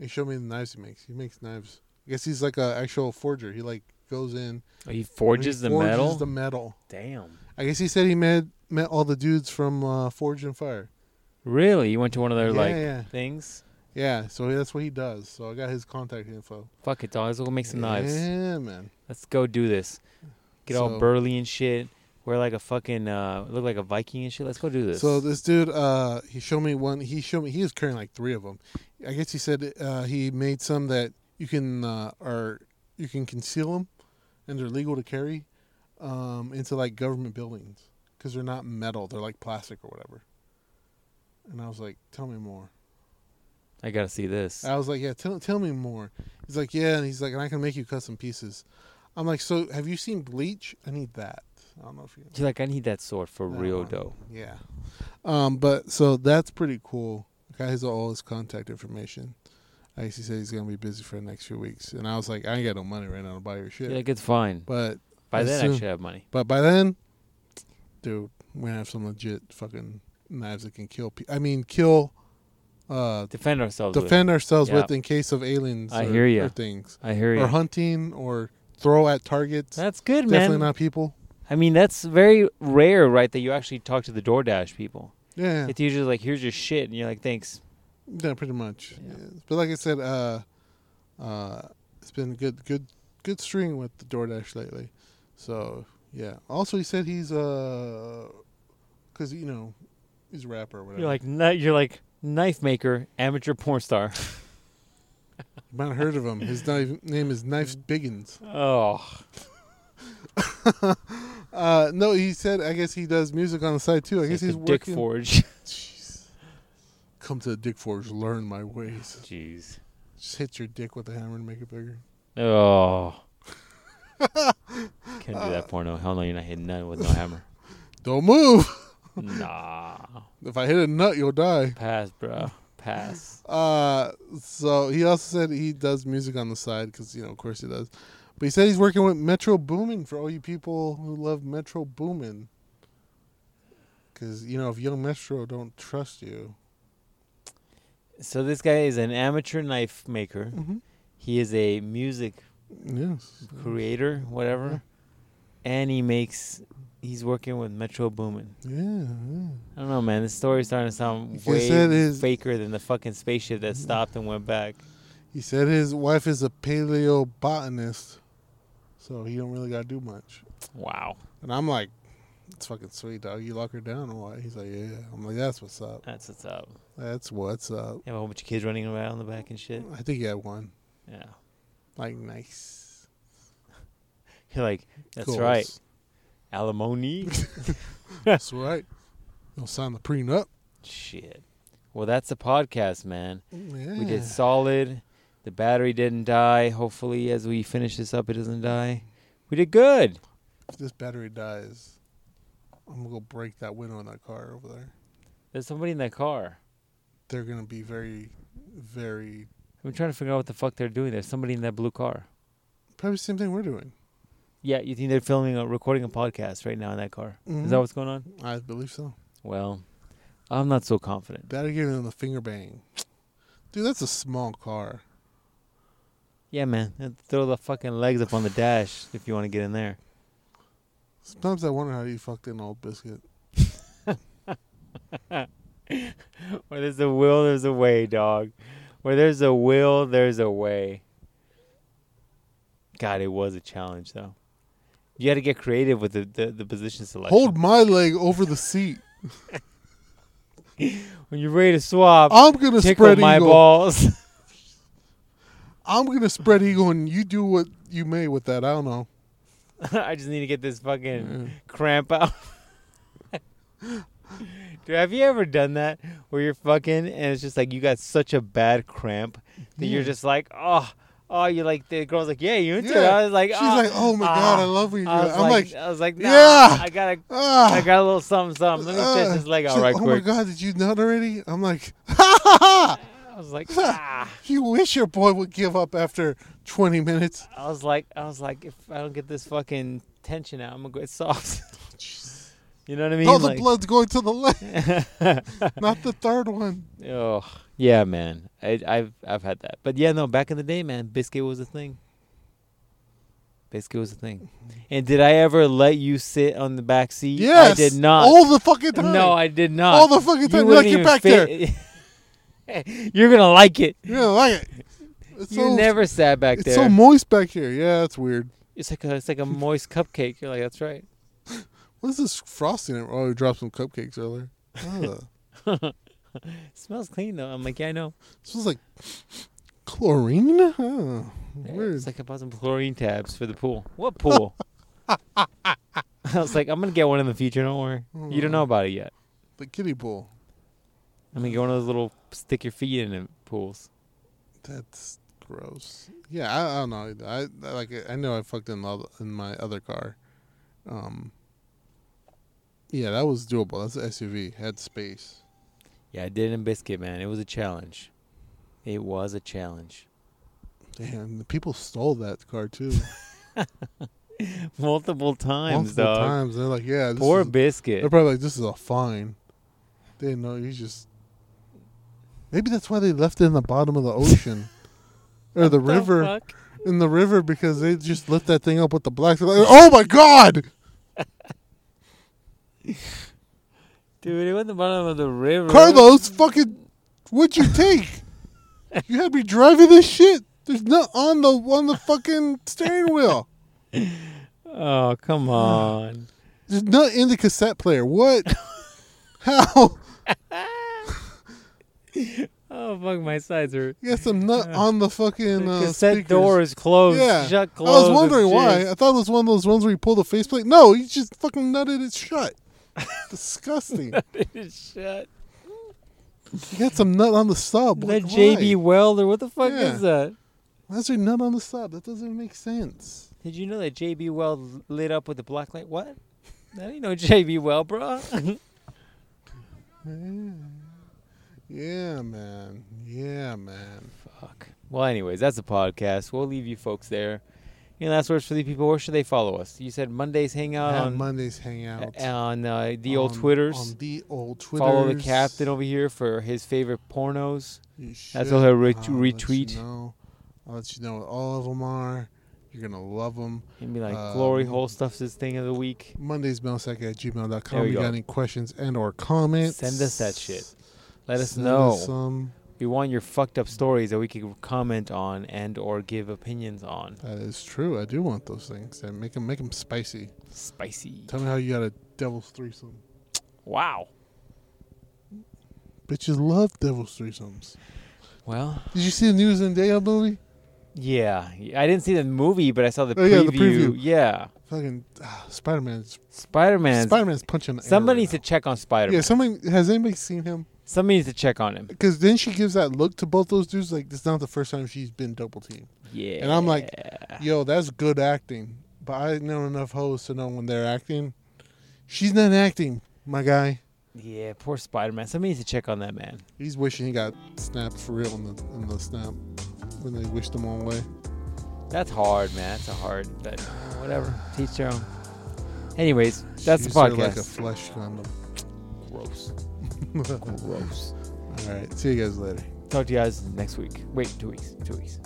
B: He showed me the knives he makes. He makes knives. I guess he's like a actual forger. He like goes in
A: He forges
B: he
A: the
B: forges
A: metal.
B: The metal.
A: Damn.
B: I guess he said he made met all the dudes from uh, Forge and Fire.
A: Really? You went to one of their
B: yeah,
A: like
B: yeah,
A: things?
B: yeah. So that's what he does. So I got his contact info.
A: Fuck it, dog. Let's go make some knives.
B: Yeah, man.
A: Let's go do this. Get all
B: So-
A: burly and shit. Wear like a fucking uh look like a Viking and shit. Let's go do this.
B: So this dude, uh, he showed me one. He showed me he was carrying like three of them. I guess he said uh, he made some that you can uh, are you can conceal them, and they're legal to carry um, into like government buildings because they're not metal. They're like plastic or whatever. And I was like, "Tell me more."
A: I gotta see this.
B: I was like, "Yeah, tell tell me more." He's like, "Yeah," and he's like, "And I can make you custom pieces." I'm like, "So have you seen Bleach? I need that." I don't know if you.
A: She's like, I need that sword for
B: That
A: real
B: one.
A: though.
B: Yeah. Um, but so that's pretty cool. Guy has all his contact information. I guess he said he's gonna be busy for the next few weeks, and I was like, I ain't got no money right now to buy your shit.
A: She's like, it's fine.
B: But
A: By
B: I
A: then I
B: assume-
A: should have money.
B: but by then, dude, we're gonna have some legit fucking knives that can kill. Pe- I mean, kill, uh,
A: Defend ourselves. with.
B: defend ourselves
A: Yeah.
B: with in case of aliens.
A: I
B: or,
A: hear ya.
B: or things
A: I hear
B: or
A: you.
B: hunting or throw at targets.
A: That's good,
B: Definitely
A: man.
B: not people.
A: I mean, that's very rare, right? That you actually talk to the DoorDash people.
B: Yeah.
A: It's usually like, here's your shit, and you're like, thanks.
B: Yeah, pretty much.
A: Yeah.
B: Yes. But like I said, uh, uh, it's been a good, good, good string with the DoorDash lately. So yeah. Also, he said he's uh, cause you know, he's a rapper or whatever.
A: You're like, ni- you're like knife maker, amateur porn star.
B: you might have heard of him. His knife, name is Knife Biggins.
A: oh,
B: Uh, no, he said I guess he does music on the side too. I
A: it's
B: guess he's
A: the Dick
B: working.
A: Forge.
B: Jeez. Come to the Dick Forge, learn my ways.
A: Jeez.
B: Just hit your dick with a hammer and make it bigger.
A: Oh. Can't do that porno. Hell no, you're not hitting nothing with no hammer.
B: Don't move.
A: nah.
B: If I hit a nut, you'll die.
A: Pass, bro. Pass.
B: Uh, so he also said he does music on the side because you know, of course, he does. But he said he's working with Metro Boomin for all you people who love Metro Boomin. Because you know, if Young Metro don't trust you,
A: So this guy is an amateur knife maker.
B: mm-hmm.
A: He is a music
B: yes,
A: creator, whatever. And he makes. He's working with Metro Boomin.
B: yeah, yeah.
A: I don't know, man. This story's starting to sound
B: Because
A: way
B: that is-
A: faker than the fucking spaceship that stopped and went back.
B: He said his wife is a paleobotanist, so he don't really gotta do much.
A: Wow,
B: And I'm like, it's fucking sweet, dog. You lock her down or what? He's like, yeah. I'm like, that's what's up.
A: that's what's up.
B: That's what's up.
A: You have a whole bunch of kids running around in the back and shit.
B: I think he had one.
A: Yeah,
B: Like, nice.
A: you're like, that's
B: Goals.
A: right, alimony.
B: That's right. You'll sign the prenup.
A: shit. Well, that's the podcast, man.
B: Yeah.
A: We did solid. The battery didn't die. Hopefully, as we finish this up, it doesn't die. We did good.
B: If this battery dies, I'm gonna go break that window in that car over there.
A: There's somebody in that car.
B: They're gonna be very, very
A: I'm trying to figure out what the fuck they're doing. There's somebody in that blue car.
B: probably the same thing we're doing.
A: Yeah, you think they're filming a recording a podcast right now in that car?
B: Mhm.
A: Is that what's going on?
B: I believe so.
A: Well, I'm not so confident.
B: Battery giving them the finger bang. Dude, that's a small car.
A: Yeah, man, uh, throw the fucking legs up on the dash if you want to get in there.
B: Sometimes I wonder how you fucked an old biscuit.
A: Where there's a will, there's a way, dog. Where there's a will, there's a way. God, it was a challenge though. You had to get creative with the, the, the position selection.
B: Hold my leg over the seat.
A: when you're ready to swap,
B: I'm gonna
A: tickle
B: spread
A: my
B: eagle.
A: balls.
B: I'm gonna spread eagle, and you do what you may with that. I don't know.
A: I just need to get this fucking
B: Yeah.
A: cramp out. Dude, have you ever done that where you're fucking and it's just like you got such a bad cramp that you're
B: Yeah.
A: just like, oh, oh, you're like the girl's like, yeah, you into it?
B: Yeah.
A: I was like,
B: She's
A: oh.
B: like, "Oh my god,
A: ah,
B: I love when you do
A: I
B: that."
A: was
B: I'm
A: like,
B: like,
A: I was like, nah,
B: yeah.
A: I got a,
B: ah.
A: I got a little something, something. Let me
B: Ah.
A: stretch this leg out
B: She's
A: right
B: like,
A: quick.
B: Oh my god, did you nut already? I'm like, ha ha ha!
A: I was like, ah.
B: You wish your boy would give up after 20 minutes.
A: I was like, I was like, if I don't get this fucking tension out, I'm gonna go it's soft. you know what I mean?
B: All Oh, the
A: Like-
B: blood's going to the leg, not the third one.
A: Oh yeah, man. I, I've I've had that, but yeah, no. Back in the day, man, biscuit was a thing. Basically, was the thing. And did I ever let you sit on the back seat?
B: Yes. Oh,
A: I did not.
B: All the fucking time.
A: no, I did not.
B: All the fucking time. You're like, get back there.
A: there. You're gonna like it.
B: You don't like it. It's
A: you
B: so,
A: never sat back
B: It's
A: there.
B: so moist back here. Yeah, it's weird.
A: it's like a, it's like a moist cupcake. You're like, that's right.
B: What is this frosting? Oh, we dropped some cupcakes earlier. Ah. Ugh.
A: smells clean though. I'm like, yeah, I know.
B: smells like chlorine. Ah. Huh.
A: Yeah,
B: Weird.
A: It's like I bought some chlorine tabs for the pool. What pool? I was like, I'm gonna get one in the future. Don't worry. You
B: Hmm.
A: don't know about it yet.
B: the kiddie pool.
A: I'm gonna get one of those little stick your feet in it pools.
B: That's gross. Yeah, I, I don't know. I, I like. I know I fucked in love in my other car. Um. Yeah, that was doable. That's an SUV. Had space.
A: Yeah, I did it in Biscuit, man. It was a challenge. It was a challenge.
B: Damn, the people stole that car too.
A: Multiple times,
B: Multiple
A: dog.
B: times. They're like, yeah, this
A: Poor
B: is,
A: Biscuit.
B: They're probably like, this is a fine. They didn't know. You just. Maybe that's why they left it in the bottom of the ocean. Or the river, in the river, because they just lit that thing up with the blacks. They're like, oh my god!
A: Dude, it went the bottom of the river.
B: Carlos, fucking, what'd you take? you had me driving this shit. There's not on the on the fucking steering wheel.
A: Oh, come on.
B: There's nut in the cassette player. What? How?
A: Oh, fuck, my sides are.
B: You got some nut on the fucking
A: the
B: uh,
A: cassette
B: speakers.
A: door is closed. Shut closed.
B: I was wondering
A: with
B: why.
A: jizz.
B: I thought it was one of those ones where you pull the faceplate. No, you just fucking nutted it shut. Disgusting.
A: Shut.
B: You got some nut on the sub.
A: That
B: Why?
A: JB Welder, what the fuck
B: Yeah.
A: is that?
B: That's your nut on the sub. That doesn't make sense.
A: Did you know that JB Weld lit up with the black light? What? I didn't know JB Weld, bro.
B: Yeah, man. Yeah, man.
A: fuck. Well, anyways, that's the podcast. We'll leave you folks there. Any last words for the people? Where should they follow us? You said Mondays hang out
B: On
A: on
B: Mondays hangout.
A: on uh, the old
B: On-
A: Twitters.
B: On the old Twitters.
A: Follow the captain over here for his favorite pornos.
B: You
A: That's
B: should.
A: all her ret-
B: I'll
A: retweet.
B: Let you know. I'll let you know what all of them are. You're going to love them.
A: And be like,
B: Um,
A: glory hole stuff's his thing of the week.
B: Monday's mailsack at
A: There
B: gmail.com.
A: we
B: You
A: go.
B: got any questions and or comments?
A: Send us that shit. Let us
B: Send
A: know.
B: some.
A: we want your fucked up stories that we can comment on and or give opinions on.
B: That is true. I do want those things. And make them, spicy.
A: Spicy.
B: Tell me how you got a devil's threesome.
A: Wow.
B: Bitches love devil's threesomes.
A: Well,
B: Did you see the News and Day movie?
A: yeah. I didn't see the movie, but I saw the
B: Oh,
A: preview.
B: yeah, the preview.
A: Yeah.
B: Fucking ah, Spider Man's
A: Spider Man.
B: Spider Man's punching. the air
A: Somebody
B: right
A: needs
B: now.
A: to check on Spider Man.
B: Yeah, somebody has anybody seen him?
A: Somebody needs to check on him.
B: Because then she gives that look to both those dudes, like it's not the first time she's been double teamed.
A: Yeah.
B: And I'm like,
A: Ah.
B: Yo, that's good acting. But I know enough hoes to know when they're acting. She's not acting, my guy.
A: yeah, poor Spider Man. Somebody needs to check on that man.
B: He's wishing he got snapped for real in the in the snap when they wished him all away.
A: That's hard, man. That's a hard, but whatever. Teach their own. Anyways, that's
B: She
A: the
B: used her Like a
A: podcast.
B: flesh condom.
A: Gross.
B: all
A: Gross.
B: right. See you guys later.
A: Talk to you guys next week. Wait, two weeks. Two weeks.